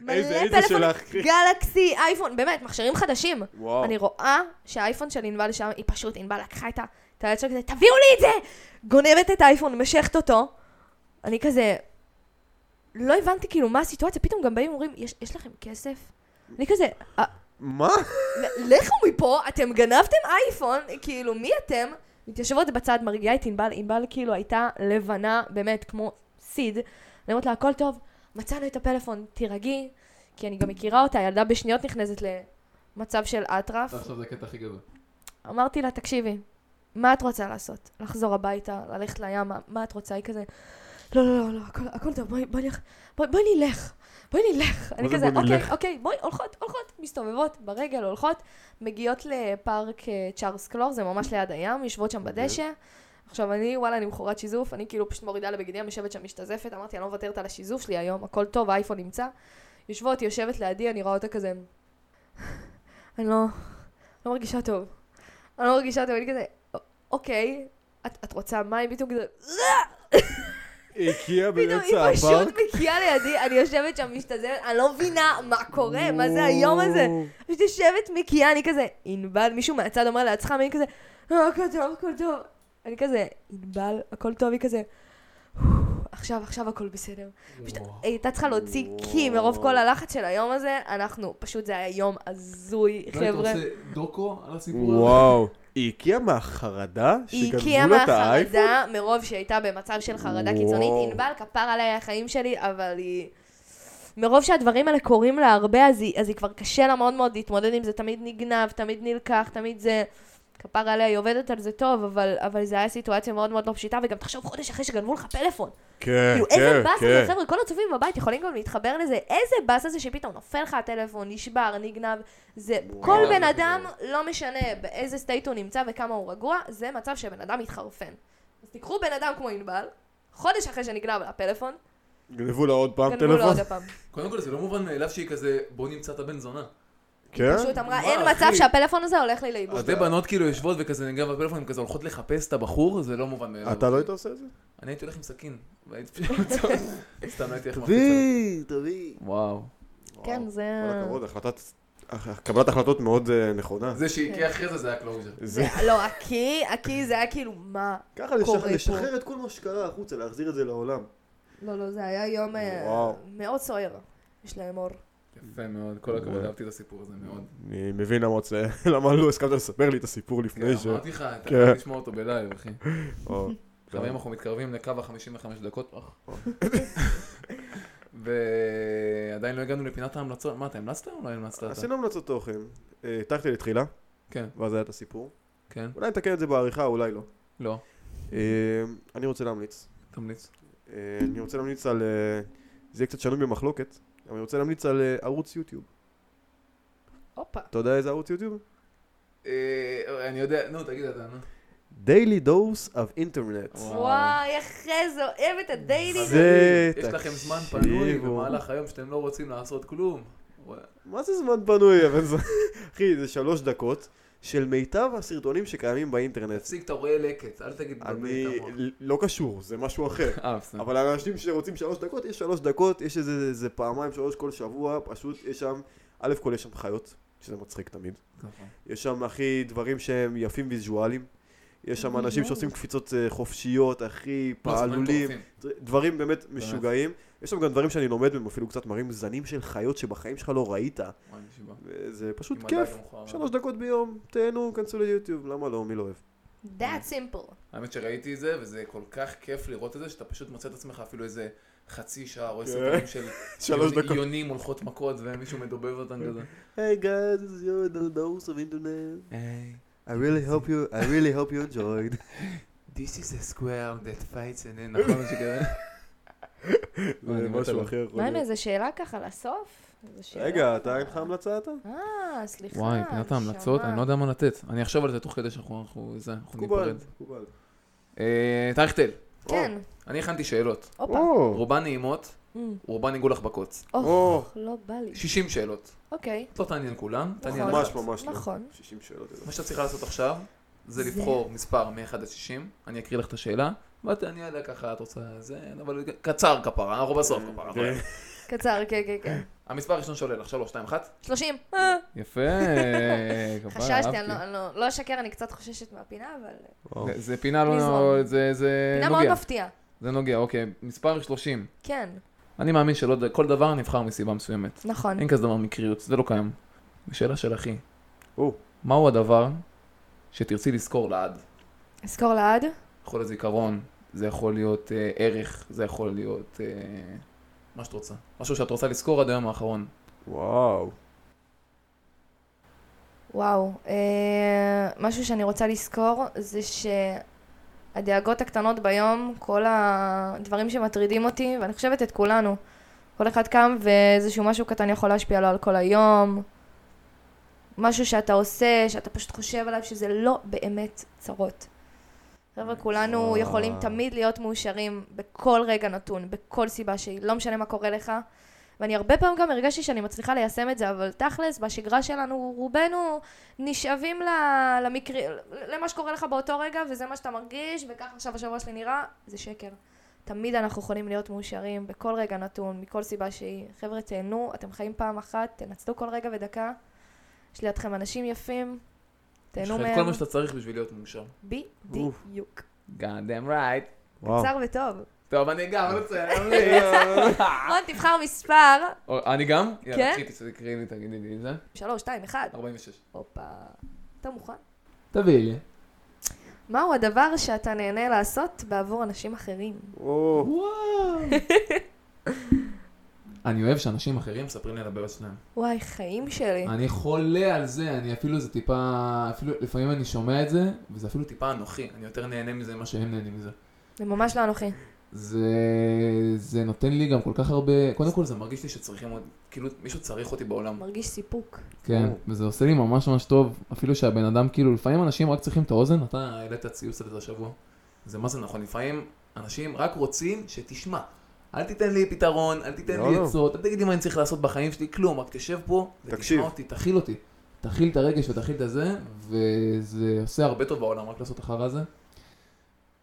Speaker 2: מלא
Speaker 3: איזה- איזה
Speaker 2: פלאפונים,
Speaker 3: שלך, קחי.
Speaker 2: גלקסי, אייפון, באמת, מכשירים חדשים.
Speaker 3: וואו.
Speaker 2: אני רואה שהאייפון של ענבל שם, היא פשוט, ענבל לקחה את ה- את היד שלה כזה, תביאו לי את זה! גונבת את האייפון, משכת אותו. אני כזה, לא הבנתי כאילו מה הסיטואציה, פתאום גם באים ואומרים, "יש- יש לכם כסף? אני כזה, "אה,
Speaker 3: מה?
Speaker 2: לכו מפה, אתם גנבתם אייפון, כאילו, מי אתם? מתיישבות בצד, מרגיעה את ענבל, ענבל כאילו הייתה לבנה, באמת, כמו סיד. אני אומרת לה, הכל טוב, מצאנו את הפלאפון, תירגעי, כי אני גם מכירה אותה, ילדה בשניות נכנסת למצב של אטרף.
Speaker 1: עכשיו זה הקטע הכי גדול.
Speaker 2: אמרתי לה, תקשיבי, מה את רוצה לעשות? לחזור הביתה, ללכת לים, מה- מה את רוצה? היא כזה, לא, לא, לא, לא, הכל, הכל טוב, בואי, בואי, נלך- בואי, בואי נלך, בואי נלך. אני
Speaker 6: זה
Speaker 2: כזה,
Speaker 6: בואי
Speaker 2: אוקיי,
Speaker 6: נלך"?
Speaker 2: אוקיי, בואי, הולכות, הולכות, מסתובבות ברגל, הולכות, מגיעות לפארק אה, צ'ארלס קלור, זה ממש ליד הים, יושבות שם בדשא. עכשיו אני, וואלה, אני מכורת שיזוף, אני כאילו פשוט מורידה לבגדי ים, יושבת שם משתזפת, אמרתי, אני לא מוותרת על השיזוף שלי היום, הכל טוב, האייפון נמצא. יושבות, היא יושבת לידי, אני רואה אותה כזה, אני לא, לא מרגישה טוב. אני לא מרגישה טוב, אני כזה, "א- אוקיי, את, את רוצה מים פתאום כזה,
Speaker 3: הקיאה
Speaker 2: פתאום היא
Speaker 3: באמצע
Speaker 2: פשוט
Speaker 3: הפארק.
Speaker 2: מקיאה לידי, אני יושבת שם משתזרת, אני לא מבינה מה קורה, מה זה היום הזה. פשוט יושבת מקיאה, אני כזה, ענבל, מישהו מהצד אומר לה, את צריכה, ואני כזה, "אה, הכל טוב, הכל טוב. אני כזה, ענבל, הכל טוב, היא כזה, עכשיו, עכשיו הכל בסדר. פשוט היא הייתה צריכה להוציא קי מרוב כל הלחץ של היום הזה, אנחנו, פשוט זה היה יום הזוי,
Speaker 1: לא היית
Speaker 2: חבר'ה.
Speaker 1: עושה דוקו על הסיפור הזה?
Speaker 3: וואו. היא הקיאה מהחרדה
Speaker 2: היא
Speaker 3: שגנבו
Speaker 2: הקיאה
Speaker 3: לה את האייפון?
Speaker 2: מהחרדה מרוב שהיא הייתה במצב של חרדה קיצונית.
Speaker 3: וואו.
Speaker 2: ענבל כפר עליי החיים שלי, אבל היא... מרוב שהדברים האלה קורים לה הרבה, אז היא, אז היא כבר קשה לה מאוד מאוד להתמודד עם זה. תמיד נגנב, תמיד נלקח, תמיד זה... כפר עליה, היא עובדת על זה טוב, אבל, אבל זה היה סיטואציה מאוד מאוד לא פשוטה, וגם תחשוב חודש אחרי שגנבו לך פלאפון.
Speaker 3: כן,
Speaker 2: כאילו,
Speaker 3: כן,
Speaker 2: איזה באסה
Speaker 3: כן.
Speaker 2: זה, חבר'ה, כל הצופים בבית יכולים גם להתחבר לזה. איזה באסה זה שפתאום נופל לך הטלפון, נשבר, נגנב. זה, כל
Speaker 1: וואו,
Speaker 2: בן
Speaker 1: זה
Speaker 2: אדם, לא משנה באיזה סטייט הוא נמצא וכמה הוא רגוע, זה מצב שבן אדם מתחרפן. אז תיקחו בן אדם כמו ענבל, חודש אחרי שנגנב לה הפלאפון,
Speaker 3: גנבו לה עוד פעם
Speaker 2: גנבו לו
Speaker 3: טלפון?
Speaker 2: עוד פעם.
Speaker 1: קודם כל זה לא מובן מאליו שהיא כזה, בוא נמצא את הבן זונה.
Speaker 3: כן?
Speaker 2: פשוט אמרה,
Speaker 1: מה,
Speaker 2: אין
Speaker 1: אחי?"
Speaker 2: מצב שהפלאפון הזה הולך לי לאיבוד.
Speaker 1: הרבה בנות כאילו יושבות וכזה נגע בפלאפון, הן כזה הולכות לחפש את הבחור, זה לא מובן מאליו.
Speaker 3: אתה לא היית עושה את זה?
Speaker 1: אני הייתי הולך עם סכין. והייתי פשוט יוצא- סתם לא הייתי איך מחפיץ
Speaker 3: תביא, תביא.
Speaker 1: וואו.
Speaker 2: כן, זה...
Speaker 3: כל הכבוד, החלטת... הח- קבלת החלטות מאוד אה, נכונה.
Speaker 1: זה שהגיע אחרי זה, זה היה קלוז'ר.
Speaker 3: זה...
Speaker 2: לא, הקי, הקי זה היה כאילו, מה?
Speaker 7: ככה
Speaker 2: קורה
Speaker 7: לשחרר-
Speaker 2: פה.
Speaker 7: לשחרר את כל מה שקרה החוצה, להחזיר את זה לעולם.
Speaker 2: לא, לא, זה היה יום אה,
Speaker 3: וואו.
Speaker 2: מאוד סוער. יש להם אור.
Speaker 1: יפה מאוד, כל הכבוד, אהבתי את הסיפור הזה מאוד.
Speaker 3: אני מבין למה רוצה- למה לא הסכמת לספר לי את הסיפור
Speaker 1: כן,
Speaker 3: לפני ש...
Speaker 1: אמרתי לך, אתה
Speaker 3: כן.
Speaker 1: יכול לשמוע אותו בלייב, אחי.
Speaker 3: או,
Speaker 1: חברים,
Speaker 3: כן.
Speaker 1: אנחנו מתקרבים לקו ה-55 דקות.
Speaker 3: נכון.
Speaker 1: ועדיין לא הגענו לפינת ההמלצות. מה, אתה המלצת או לא המלצת? אתה?
Speaker 3: עשינו המלצות תוכן. אה, הטחתי לתחילה,
Speaker 1: כן,
Speaker 3: ואז היה את הסיפור.
Speaker 1: כן,
Speaker 3: אולי נתקן את זה בעריכה, אולי לא.
Speaker 1: לא.
Speaker 3: אה, אני רוצה להמליץ.
Speaker 1: תמליץ.
Speaker 3: אה, אני רוצה להמליץ על... אה, זה יהיה קצת שנוי במחלוקת, אבל אני רוצה להמליץ על אה, ערוץ יוטיוב.
Speaker 2: הופה.
Speaker 3: אתה יודע איזה ערוץ יוטיוב?
Speaker 1: אה, אני יודע, נו, תגיד אתה, נו.
Speaker 3: Daily Dose of Internet.
Speaker 1: וואו.
Speaker 2: וואי, איך זה אוהב את הדיילי.
Speaker 3: זה-
Speaker 1: יש לכם זמן
Speaker 3: תקשיבו.
Speaker 1: פנוי במהלך היום שאתם לא רוצים לעשות כלום. וואי,
Speaker 3: מה זה זמן פנוי? אבל זה- אחי, זה שלוש דקות של מיטב הסרטונים שקיימים באינטרנט.
Speaker 1: תפסיק, אתה רואה לקט, אל תגיד
Speaker 3: אני
Speaker 1: בבית המוח.
Speaker 3: לא קשור, זה משהו אחר.
Speaker 1: אה, בסדר.
Speaker 3: אבל האנשים שרוצים שלוש דקות, יש שלוש דקות, יש איזה איזה פעמיים שלוש כל שבוע, פשוט יש שם, א' כל יש שם חיות, שזה מצחיק תמיד.
Speaker 1: נכון.
Speaker 3: יש שם, אחי, דברים שהם יפים ויזואליים. יש שם
Speaker 1: Mm-hmm.
Speaker 3: אנשים שעושים קפיצות אה, חופשיות, אחי,
Speaker 1: לא, זה דברים
Speaker 3: פעלולים,
Speaker 1: מטורפים.
Speaker 3: דברים באמת משוגעים. יש שם גם דברים שאני לומד מהם, אפילו קצת מראים זנים של חיות שבחיים שלך לא ראית.
Speaker 1: וואי, נשבע.
Speaker 3: זה פשוט
Speaker 1: עם
Speaker 3: כיף.
Speaker 1: הדג המכוער.
Speaker 3: שלוש דקות ביום, תהנו, כנסו ליוטיוב, למה לא, מי לא אוהב?
Speaker 2: That simple.
Speaker 1: האמת שראיתי את זה, וזה כל כך כיף לראות את זה, שאתה פשוט מוצא את עצמך אפילו איזה חצי שעה או עשר
Speaker 3: כן.
Speaker 1: פעמים של
Speaker 3: שלוש
Speaker 1: יוני-
Speaker 3: דקות. כן.
Speaker 1: יונים הולכות מכות ומישהו מדובב אותן כזה.
Speaker 7: היי גאד, זה יואו, דאוס אוף אינטרנט.
Speaker 1: היי,
Speaker 7: I really hope you, I really hope you enjoyed.
Speaker 1: this is a square that fights and then נכון שכזה? לא, אני
Speaker 3: זה
Speaker 1: מת
Speaker 3: אה, משהו
Speaker 1: עליו.
Speaker 3: אחר. יכול
Speaker 2: מה עם
Speaker 3: להיות.
Speaker 2: איזה שאלה ככה לסוף? איזה שאלה
Speaker 3: רגע,
Speaker 2: ככה.
Speaker 3: אתה אין לך המלצה אתה?
Speaker 2: אה, סליחה.
Speaker 1: וואי, פינת ההמלצות,
Speaker 2: נשמה.
Speaker 1: אני לא יודע מה לתת. אני אחשוב על זה תוך כדי שאנחנו אנחנו- זה, אנחנו
Speaker 3: מקובל,
Speaker 1: ניפרד.
Speaker 3: מקובל.
Speaker 1: אה, טרייכטל,
Speaker 2: כן,
Speaker 1: אני הכנתי שאלות.
Speaker 2: הופה.
Speaker 3: או,
Speaker 1: רובן נעימות,
Speaker 2: Mm,
Speaker 1: רובן ניגוח בקוץ.
Speaker 3: או,
Speaker 2: לא בא לי.
Speaker 1: 60 שאלות.
Speaker 2: אוקיי,
Speaker 1: את לא תעני על כולם, תעני על
Speaker 3: ממש
Speaker 1: אחת.
Speaker 3: ממש לא.
Speaker 2: נכון.
Speaker 3: 60 שאלות.
Speaker 1: מה שאת צריכה לעשות עכשיו, זה
Speaker 2: זה-
Speaker 1: לבחור מספר מ-1 עד 60, אני אקריא לך את השאלה, ואת תעני עליה ככה, את רוצה זה, אבל קצר כפרה, אנחנו בסוף
Speaker 3: אה,
Speaker 1: כפרה.
Speaker 3: אוקיי.
Speaker 1: אבל-
Speaker 2: קצר, כן, כן, כן.
Speaker 1: המספר הראשון שעולה לך, 3, 2, 1.
Speaker 2: 30.
Speaker 3: לא
Speaker 2: אה,
Speaker 1: יפה, כפרה,
Speaker 2: חששתי, אני
Speaker 1: אהבתי.
Speaker 2: לא- אני לא- לא אשקר, אני קצת חוששת מהפינה, אבל...
Speaker 1: זה- זה פינה לא...
Speaker 2: לזרום.
Speaker 1: זה זה
Speaker 2: פינה מאוד
Speaker 1: אה, נוגע.
Speaker 2: מפתיעה.
Speaker 1: זה נוגע, אוקיי. מספר 30.
Speaker 2: כן,
Speaker 1: אני מאמין שכל דבר נבחר מסיבה מסוימת.
Speaker 2: נכון.
Speaker 1: אין כזה דבר מקריות, זה לא קיים. שאלה של אחי.
Speaker 3: או.
Speaker 1: מהו הדבר שתרצי לזכור לעד? אה,
Speaker 2: אזכור לעד.
Speaker 1: יכול להיות זיכרון, זה יכול להיות אה, ערך, זה יכול להיות אה, מה שאת רוצה. משהו שאת רוצה לזכור עד היום האחרון.
Speaker 3: וואו.
Speaker 2: וואו, אה, משהו שאני רוצה לזכור זה שהדאגות הקטנות ביום, כל הדברים שמטרידים אותי, ואני חושבת את כולנו, כל אחד קם ואיזשהו משהו קטן יכול להשפיע לו על כל היום, משהו שאתה עושה, שאתה פשוט חושב עליו שזה לא באמת צרות. חבר'ה, כולנו
Speaker 3: וואו.
Speaker 2: יכולים תמיד להיות מאושרים בכל רגע נתון, בכל סיבה שהיא, לא משנה מה קורה לך. ואני הרבה פעמים גם הרגשתי שאני מצליחה ליישם את זה, אבל תכלס, בשגרה שלנו רובנו נשאבים ל- למקר... למה שקורה לך באותו רגע, וזה מה שאתה מרגיש, וככה עכשיו השבוע שלי נראה, זה שקר. תמיד אנחנו יכולים להיות מאושרים בכל רגע נתון, מכל סיבה שהיא. חבר'ה, תהנו, אתם חיים פעם אחת, תנצלו כל רגע ודקה. יש לידכם אנשים יפים,
Speaker 1: יש
Speaker 2: תהנו
Speaker 1: לך
Speaker 2: מהם.
Speaker 1: את כל מה שאתה צריך בשביל להיות מאושר.
Speaker 2: בדיוק.
Speaker 1: God damn right. אה.
Speaker 5: וואו.
Speaker 2: קצר וטוב.
Speaker 1: טוב, אני גם רוצה,
Speaker 3: אה,
Speaker 1: אה.
Speaker 2: רון, תבחר מספר.
Speaker 1: אני גם?
Speaker 2: כן.
Speaker 1: יאללה, תקריא לי, תקריא לי, תגידי לי את זה.
Speaker 2: שלוש, שתיים, אחד.
Speaker 1: 46.
Speaker 2: הופה. אתה מוכן?
Speaker 1: תביאי לי.
Speaker 2: מהו הדבר שאתה נהנה לעשות בעבור אנשים אחרים?
Speaker 3: או,
Speaker 1: אני אוהב שאנשים אחרים מספרים לי על הבעיות שלהם.
Speaker 2: וואי, חיים שלי.
Speaker 1: אני חולה על זה, אני אפילו זה טיפה, אפילו לפעמים אני שומע את זה, וזה אפילו טיפה אנוכי, אני יותר נהנה מזה ממה שהם נהנים מזה.
Speaker 2: זה ממש לא אנוכי.
Speaker 1: זה, זה נותן לי גם כל כך הרבה, קודם כל זה מרגיש לי שצריכים עוד, כאילו מישהו צריך אותי בעולם.
Speaker 2: מרגיש סיפוק.
Speaker 1: כן, וזה עושה לי ממש ממש טוב, אפילו שהבן אדם, כאילו, לפעמים אנשים רק צריכים את האוזן, אתה העלית ציוץ על זה השבוע. זה מה זה נכון, לפעמים אנשים רק רוצים שתשמע. אל תיתן לי פתרון, אל תיתן
Speaker 3: לא,
Speaker 1: לי
Speaker 3: לא.
Speaker 1: עצות, אל תגיד לי מה אני צריך לעשות בחיים שלי, כלום, רק תשב פה
Speaker 3: תקשיב.
Speaker 1: ותשמע אותי, תכיל אותי. תכיל את הרגש ותכיל את הזה, וזה עושה הרבה טוב בעולם, רק לעשות אחר הזה.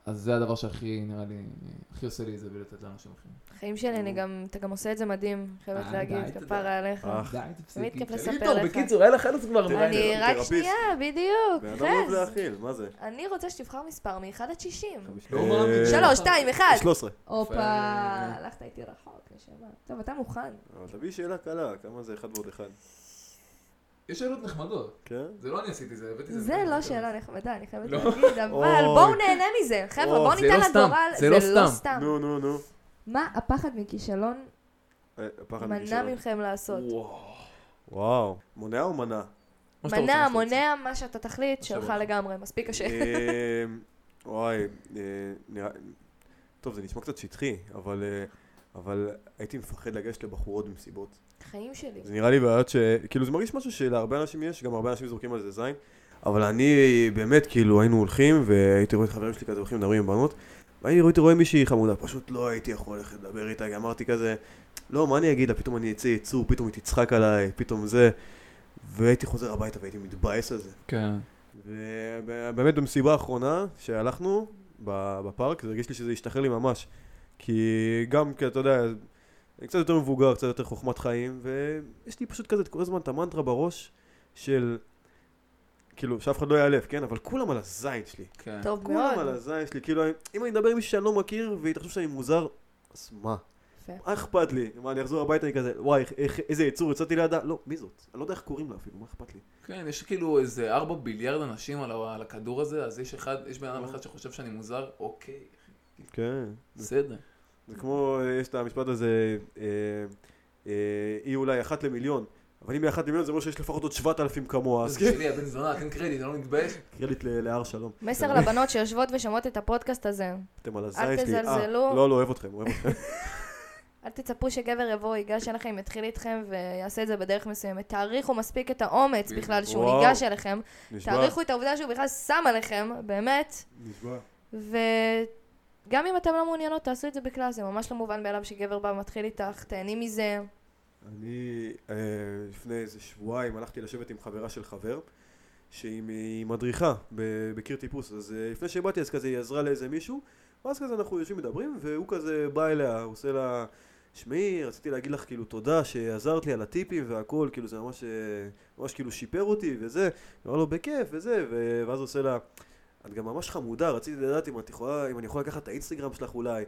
Speaker 1: אז זה הדבר שהכי, נראה לי, הכי עושה לי את זה בלתת לאנשים אחרים.
Speaker 2: חיים שלי, אני גם, אתה גם עושה את זה מדהים. חייבת
Speaker 1: אה, די,
Speaker 2: להגיד,
Speaker 1: תודה.
Speaker 2: כפרה עליך.
Speaker 3: אה, אח,
Speaker 1: די,
Speaker 2: תמיד כיף לספר
Speaker 1: ליטור,
Speaker 2: לך.
Speaker 1: בקיצור, היה לך חלוץ כבר, מה?
Speaker 2: אני
Speaker 3: תרפיסט.
Speaker 2: רק שנייה, בדיוק.
Speaker 3: בן אדם אוהב
Speaker 2: חז,
Speaker 3: להכיל, מה זה?
Speaker 2: אני רוצה שתבחר מספר מ-1 עד 60.
Speaker 1: לא מאמין.
Speaker 3: אה,
Speaker 2: שלוש, שתיים, אחד.
Speaker 3: 13.
Speaker 2: הופה,
Speaker 1: יפה.
Speaker 2: הלכת איתי רחוק, נשמה. טוב, אתה מוכן.
Speaker 3: אבל תביא שאלה קלה, כמה זה אחד ועוד אחד?
Speaker 1: יש שאלות נחמדות.
Speaker 3: כן?
Speaker 1: זה לא אני עשיתי זה, הבאתי
Speaker 2: זה לא שאלה נחמדה, אני חייבת
Speaker 1: לא.
Speaker 2: להגיד, אבל
Speaker 3: אוי.
Speaker 2: בואו נהנה מזה. חבר'ה,
Speaker 3: אוי,
Speaker 2: בואו
Speaker 1: זה
Speaker 2: ניתן
Speaker 1: לא סתם,
Speaker 2: לגורל.
Speaker 1: זה לא סתם.
Speaker 2: אה.
Speaker 3: נו, נו, נו.
Speaker 2: מה הפחד מכישלון
Speaker 3: אה, הפחד
Speaker 2: מנע
Speaker 3: מכישלון.
Speaker 2: מכם לעשות?
Speaker 3: וואו. אה, מונע או מנע?
Speaker 2: מנע, מונע מה שאתה תחליט, שלך
Speaker 3: רוצה.
Speaker 2: לגמרי, מספיק קשה.
Speaker 3: אה, וואי, אה, נראה... טוב, זה נשמע קצת שטחי, אבל... אה, אבל הייתי מפחד לגשת לבחורות במסיבות.
Speaker 2: חיים שלי.
Speaker 3: זה נראה לי בעיות ש... כאילו זה מרגיש משהו שלהרבה אנשים יש, גם הרבה אנשים זורקים על זה זין. אבל אני באמת, כאילו, היינו הולכים, והייתי רואה את חברים שלי כזה הולכים לדברים עם בנות, והייתי רואה- רואה מישהי חמודה, פשוט לא הייתי יכול ללכת לדבר איתה, כי אמרתי כזה, לא, מה אני אגיד לה, פתאום אני אצא יצור, פתאום היא תצחק עליי, פתאום זה. והייתי חוזר הביתה והייתי מתבאס על זה.
Speaker 1: כן.
Speaker 3: ובאמת במסיבה האחרונה שהלכנו ב- בפארק, זה הרגיש לי שזה השתחרר לי ממש. כי גם, כי אתה יודע, אני קצת יותר מבוגר, קצת יותר חוכמת חיים, ויש לי פשוט כזה כל הזמן את המנטרה בראש של, כאילו, שאף אחד לא יאלף, כן? אבל כולם על הזין שלי.
Speaker 1: כן.
Speaker 2: טוב
Speaker 3: כולם על
Speaker 2: מאוד.
Speaker 3: הזין שלי. כאילו, אם אני אדבר עם מישהו שאני לא מכיר, והיא תחשוב שאני מוזר, אז מה?
Speaker 2: יפה.
Speaker 3: מה אכפת לי? מה, אני אחזור הביתה, אני כזה, וואי, איך- איך- איזה יצור יצאתי לידה? לא, מי זאת? אני לא יודע איך קוראים לה אפילו, מה אכפת לי?
Speaker 1: כן, יש כאילו איזה ארבע ביליארד אנשים על ה- על הכדור הזה, אז יש אחד, יש בן אדם אחד שחושב שאני מוזר, אוקיי,
Speaker 3: כן.
Speaker 1: בסדר.
Speaker 3: זה כמו, אה, יש את המשפט הזה, אה, אה, היא אולי אחת למיליון, אבל אם היא אחת למיליון זה אומר שיש לפחות עוד 7,000 כמוה, אז
Speaker 1: זה
Speaker 3: כן,
Speaker 1: שלי, הבן זונה, תן קרדיט, אני לא מתבייש.
Speaker 3: קרדיט ל- להר שלום,
Speaker 2: מסר לבנות שיושבות ושומעות את הפודקאסט הזה.
Speaker 3: אתם על הזין
Speaker 2: אל
Speaker 3: שלי,
Speaker 2: תזלזלו.
Speaker 3: אה, לא, לא, אוהב אתכם, אוהב אתכם,
Speaker 2: אל תצפו שגבר יבוא, ייגש אליכם, יתחיל איתכם ויעשה את זה בדרך מסוימת. תעריכו מספיק את האומץ בכלל שהוא
Speaker 3: וואו.
Speaker 2: ניגש אליכם.
Speaker 3: נשבע,
Speaker 2: תעריכו את העובדה שהוא בכלל שם עליכם, באמת.
Speaker 3: נשבע,
Speaker 2: וגם אם אתם לא מעוניינות, תעשו את זה בקלאס, זה ממש לא מובן מאליו שגבר בא ומתחיל איתך, תהני מזה.
Speaker 3: אני אה, לפני איזה שבועיים הלכתי לשבת עם חברה של חבר, שהיא מ- היא מדריכה ב- בקיר טיפוס, אז אה, לפני שבאתי אז כזה היא עזרה לאיזה מישהו, ואז כזה אנחנו יושבים מדברים, והוא כזה בא אליה, הוא עושה לה, שמעי, רציתי להגיד לך כאילו תודה שעזרת לי על הטיפים והכל, כאילו זה ממש, אה, ממש כאילו שיפר אותי וזה, אמר לו בכיף וזה, ו- ואז הוא עושה לה, את גם ממש חמודה, רציתי לדעת אם את יכולה, אם אני יכול לקחת את האינסטגרם שלך אולי,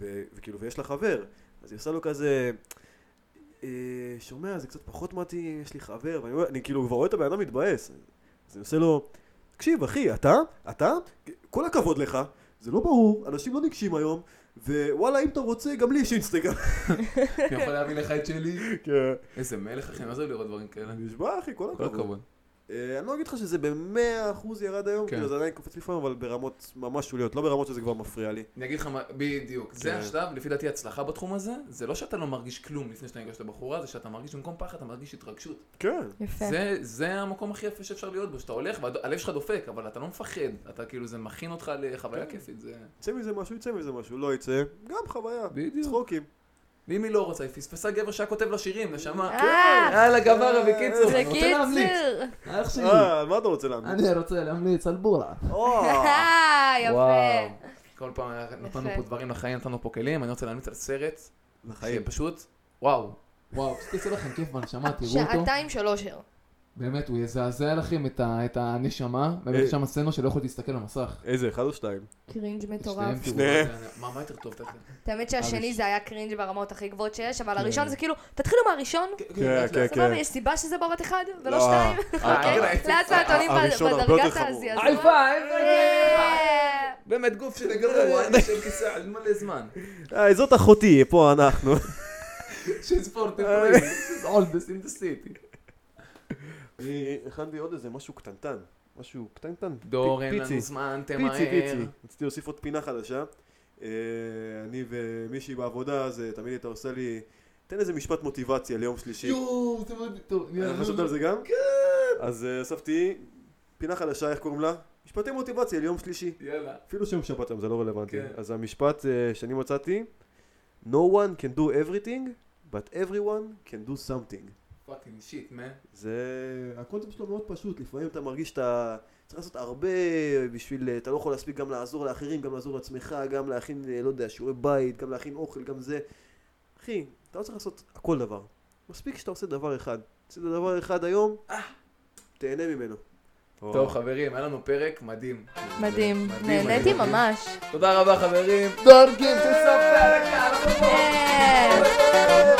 Speaker 3: ו- וכאילו, ויש לה חבר, אז היא עושה לו כזה, אה, שומע, זה קצת פחות מתאים, יש לי חבר, ואני אומר- אני כאילו כבר רואה את הבן אדם מתבאס. אז אני עושה לו, תקשיב, אחי, אתה, אתה, כל הכבוד לך, זה לא ברור, אנשים לא ניגשים היום, ווואלה, אם אתה רוצה, גם לי יש אינסטגרם.
Speaker 1: אני יכול להביא לך את שלי?
Speaker 3: כן.
Speaker 1: איזה מלך, אחי, מה זה לראות דברים כאלה?
Speaker 3: נשבע, אחי, כל
Speaker 1: כל
Speaker 3: הכבוד.
Speaker 1: הכבוד.
Speaker 3: אה, אני לא אגיד לך שזה במאה אחוז ירד היום,
Speaker 1: כן.
Speaker 3: כאילו זה עדיין קופץ לפעמים, אבל ברמות ממש שוליות, לא ברמות שזה כבר מפריע לי.
Speaker 1: אני אגיד לך מה, בדיוק. זה
Speaker 3: כן.
Speaker 1: השלב, לפי דעתי, הצלחה בתחום הזה, זה לא שאתה לא מרגיש כלום לפני שאתה ניגש לבחורה, זה שאתה מרגיש במקום פחד, אתה מרגיש התרגשות.
Speaker 3: כן.
Speaker 2: יפה.
Speaker 1: זה, זה המקום הכי יפה שאפשר להיות בו, שאתה הולך והלב שלך דופק, אבל אתה לא מפחד. אתה כאילו, זה מכין אותך לחוויה
Speaker 3: כן.
Speaker 1: כיפית, זה...
Speaker 3: יצא מזה משהו, יצא מזה משהו, לא יצא, גם חוויה.
Speaker 1: בדיוק.
Speaker 3: צחוקים.
Speaker 1: ואם היא לא רוצה, היא פספסה גבר שהיה כותב לה שירים, נשמה.
Speaker 2: אה,
Speaker 1: יאללה גברה, בקיצור. כן. אני רוצה להמליץ.
Speaker 2: בקיצור.
Speaker 1: אח שלי,
Speaker 3: אה, מה אתה רוצה להאמין?
Speaker 1: אני רוצה להמליץ על בורלה.
Speaker 3: או,
Speaker 2: אה,
Speaker 1: וואו.
Speaker 2: יפה.
Speaker 1: כל פעם נתנו
Speaker 2: יפה.
Speaker 1: פה דברים לחיים, נתנו פה כלים, אני רוצה להמליץ על סרט,
Speaker 3: לחיים.
Speaker 1: שפשוט, וואו. וואו, פשוט יעשה לכם כיף בנשמה, תראו אותו.
Speaker 2: שעתיים שלוש ער.
Speaker 1: באמת, הוא יזעזע לכם את ה- את הנשמה. באמת, יש שם סצנה שלא יכולתי להסתכל במסך.
Speaker 3: איזה, אחד או שתיים?
Speaker 2: קרינג' מטורף.
Speaker 1: שניהם תראו.
Speaker 3: שניהם.
Speaker 1: מה מה יותר טוב? תכף.
Speaker 2: האמת שהשני זה היה קרינג' ברמות הכי גבוהות שיש, אבל
Speaker 1: כן.
Speaker 2: הראשון זה כאילו, תתחילו מהראשון,
Speaker 1: כאילו,
Speaker 3: כן, כן, כן.
Speaker 2: סבבה, יש סיבה שזה בובת אחד, ולא
Speaker 3: לא.
Speaker 2: שתיים.
Speaker 3: אה,
Speaker 2: אוקיי?
Speaker 1: אה, אה,
Speaker 2: לאט לאט
Speaker 3: אה,
Speaker 2: עולים
Speaker 3: הראשון הרבה יותר
Speaker 2: בדרגת
Speaker 3: חמור.
Speaker 2: הזיעזוע.
Speaker 1: היי פייב!
Speaker 2: אה,
Speaker 1: באמת, גוף שלי גרוע, אני יושב כיסא על מלא זמן.
Speaker 3: אה, זאת אחותי, פה אנחנו.
Speaker 1: She's 43, she's oldest in the city.
Speaker 3: הכנתי אה, עוד איזה משהו קטנטן. משהו קטנטן.
Speaker 1: דור, אין
Speaker 3: פיצי.
Speaker 1: לנו זמן, תמהר.
Speaker 3: פיצי, פיצי. רציתי להוסיף עוד פינה חדשה. אה, אני ומישהי בעבודה, אז אה, תמיד הייתה עושה לי... תן איזה משפט מוטיבציה ליום שלישי.
Speaker 1: יואו, אתם יודעים, טוב,
Speaker 3: אה, חשבת על זה גם? כן. אז אה, הוספתי פינה חדשה, איך קוראים לה? משפטי מוטיבציה ליום שלישי.
Speaker 1: יאללה.
Speaker 3: אפילו שם שבת היום, זה לא רלוונטי.
Speaker 1: כן.
Speaker 3: אז המשפט אה, שאני מצאתי, No one can do everything, but everyone can do something.
Speaker 1: פאקינג שיט, מן.
Speaker 3: זה... הקונספט שלו מאוד פשוט, לפעמים אתה מרגיש שאתה צריך לעשות הרבה בשביל... אתה לא יכול להספיק גם לעזור לאחרים, גם לעזור לעצמך, גם להכין, אה, לא יודע, שיעורי בית, גם להכין אוכל, גם זה. אחי, אתה לא צריך לעשות הכל דבר. מספיק שאתה עושה דבר אחד. עשית דבר אחד היום, תהנה ממנו.
Speaker 1: טוב חברים, היה לנו פרק מדהים.
Speaker 2: מדהים, נהניתי
Speaker 1: מדהים.
Speaker 2: ממש.
Speaker 1: תודה רבה חברים. דור גיב שסוף פרק, יאללה.
Speaker 2: אה.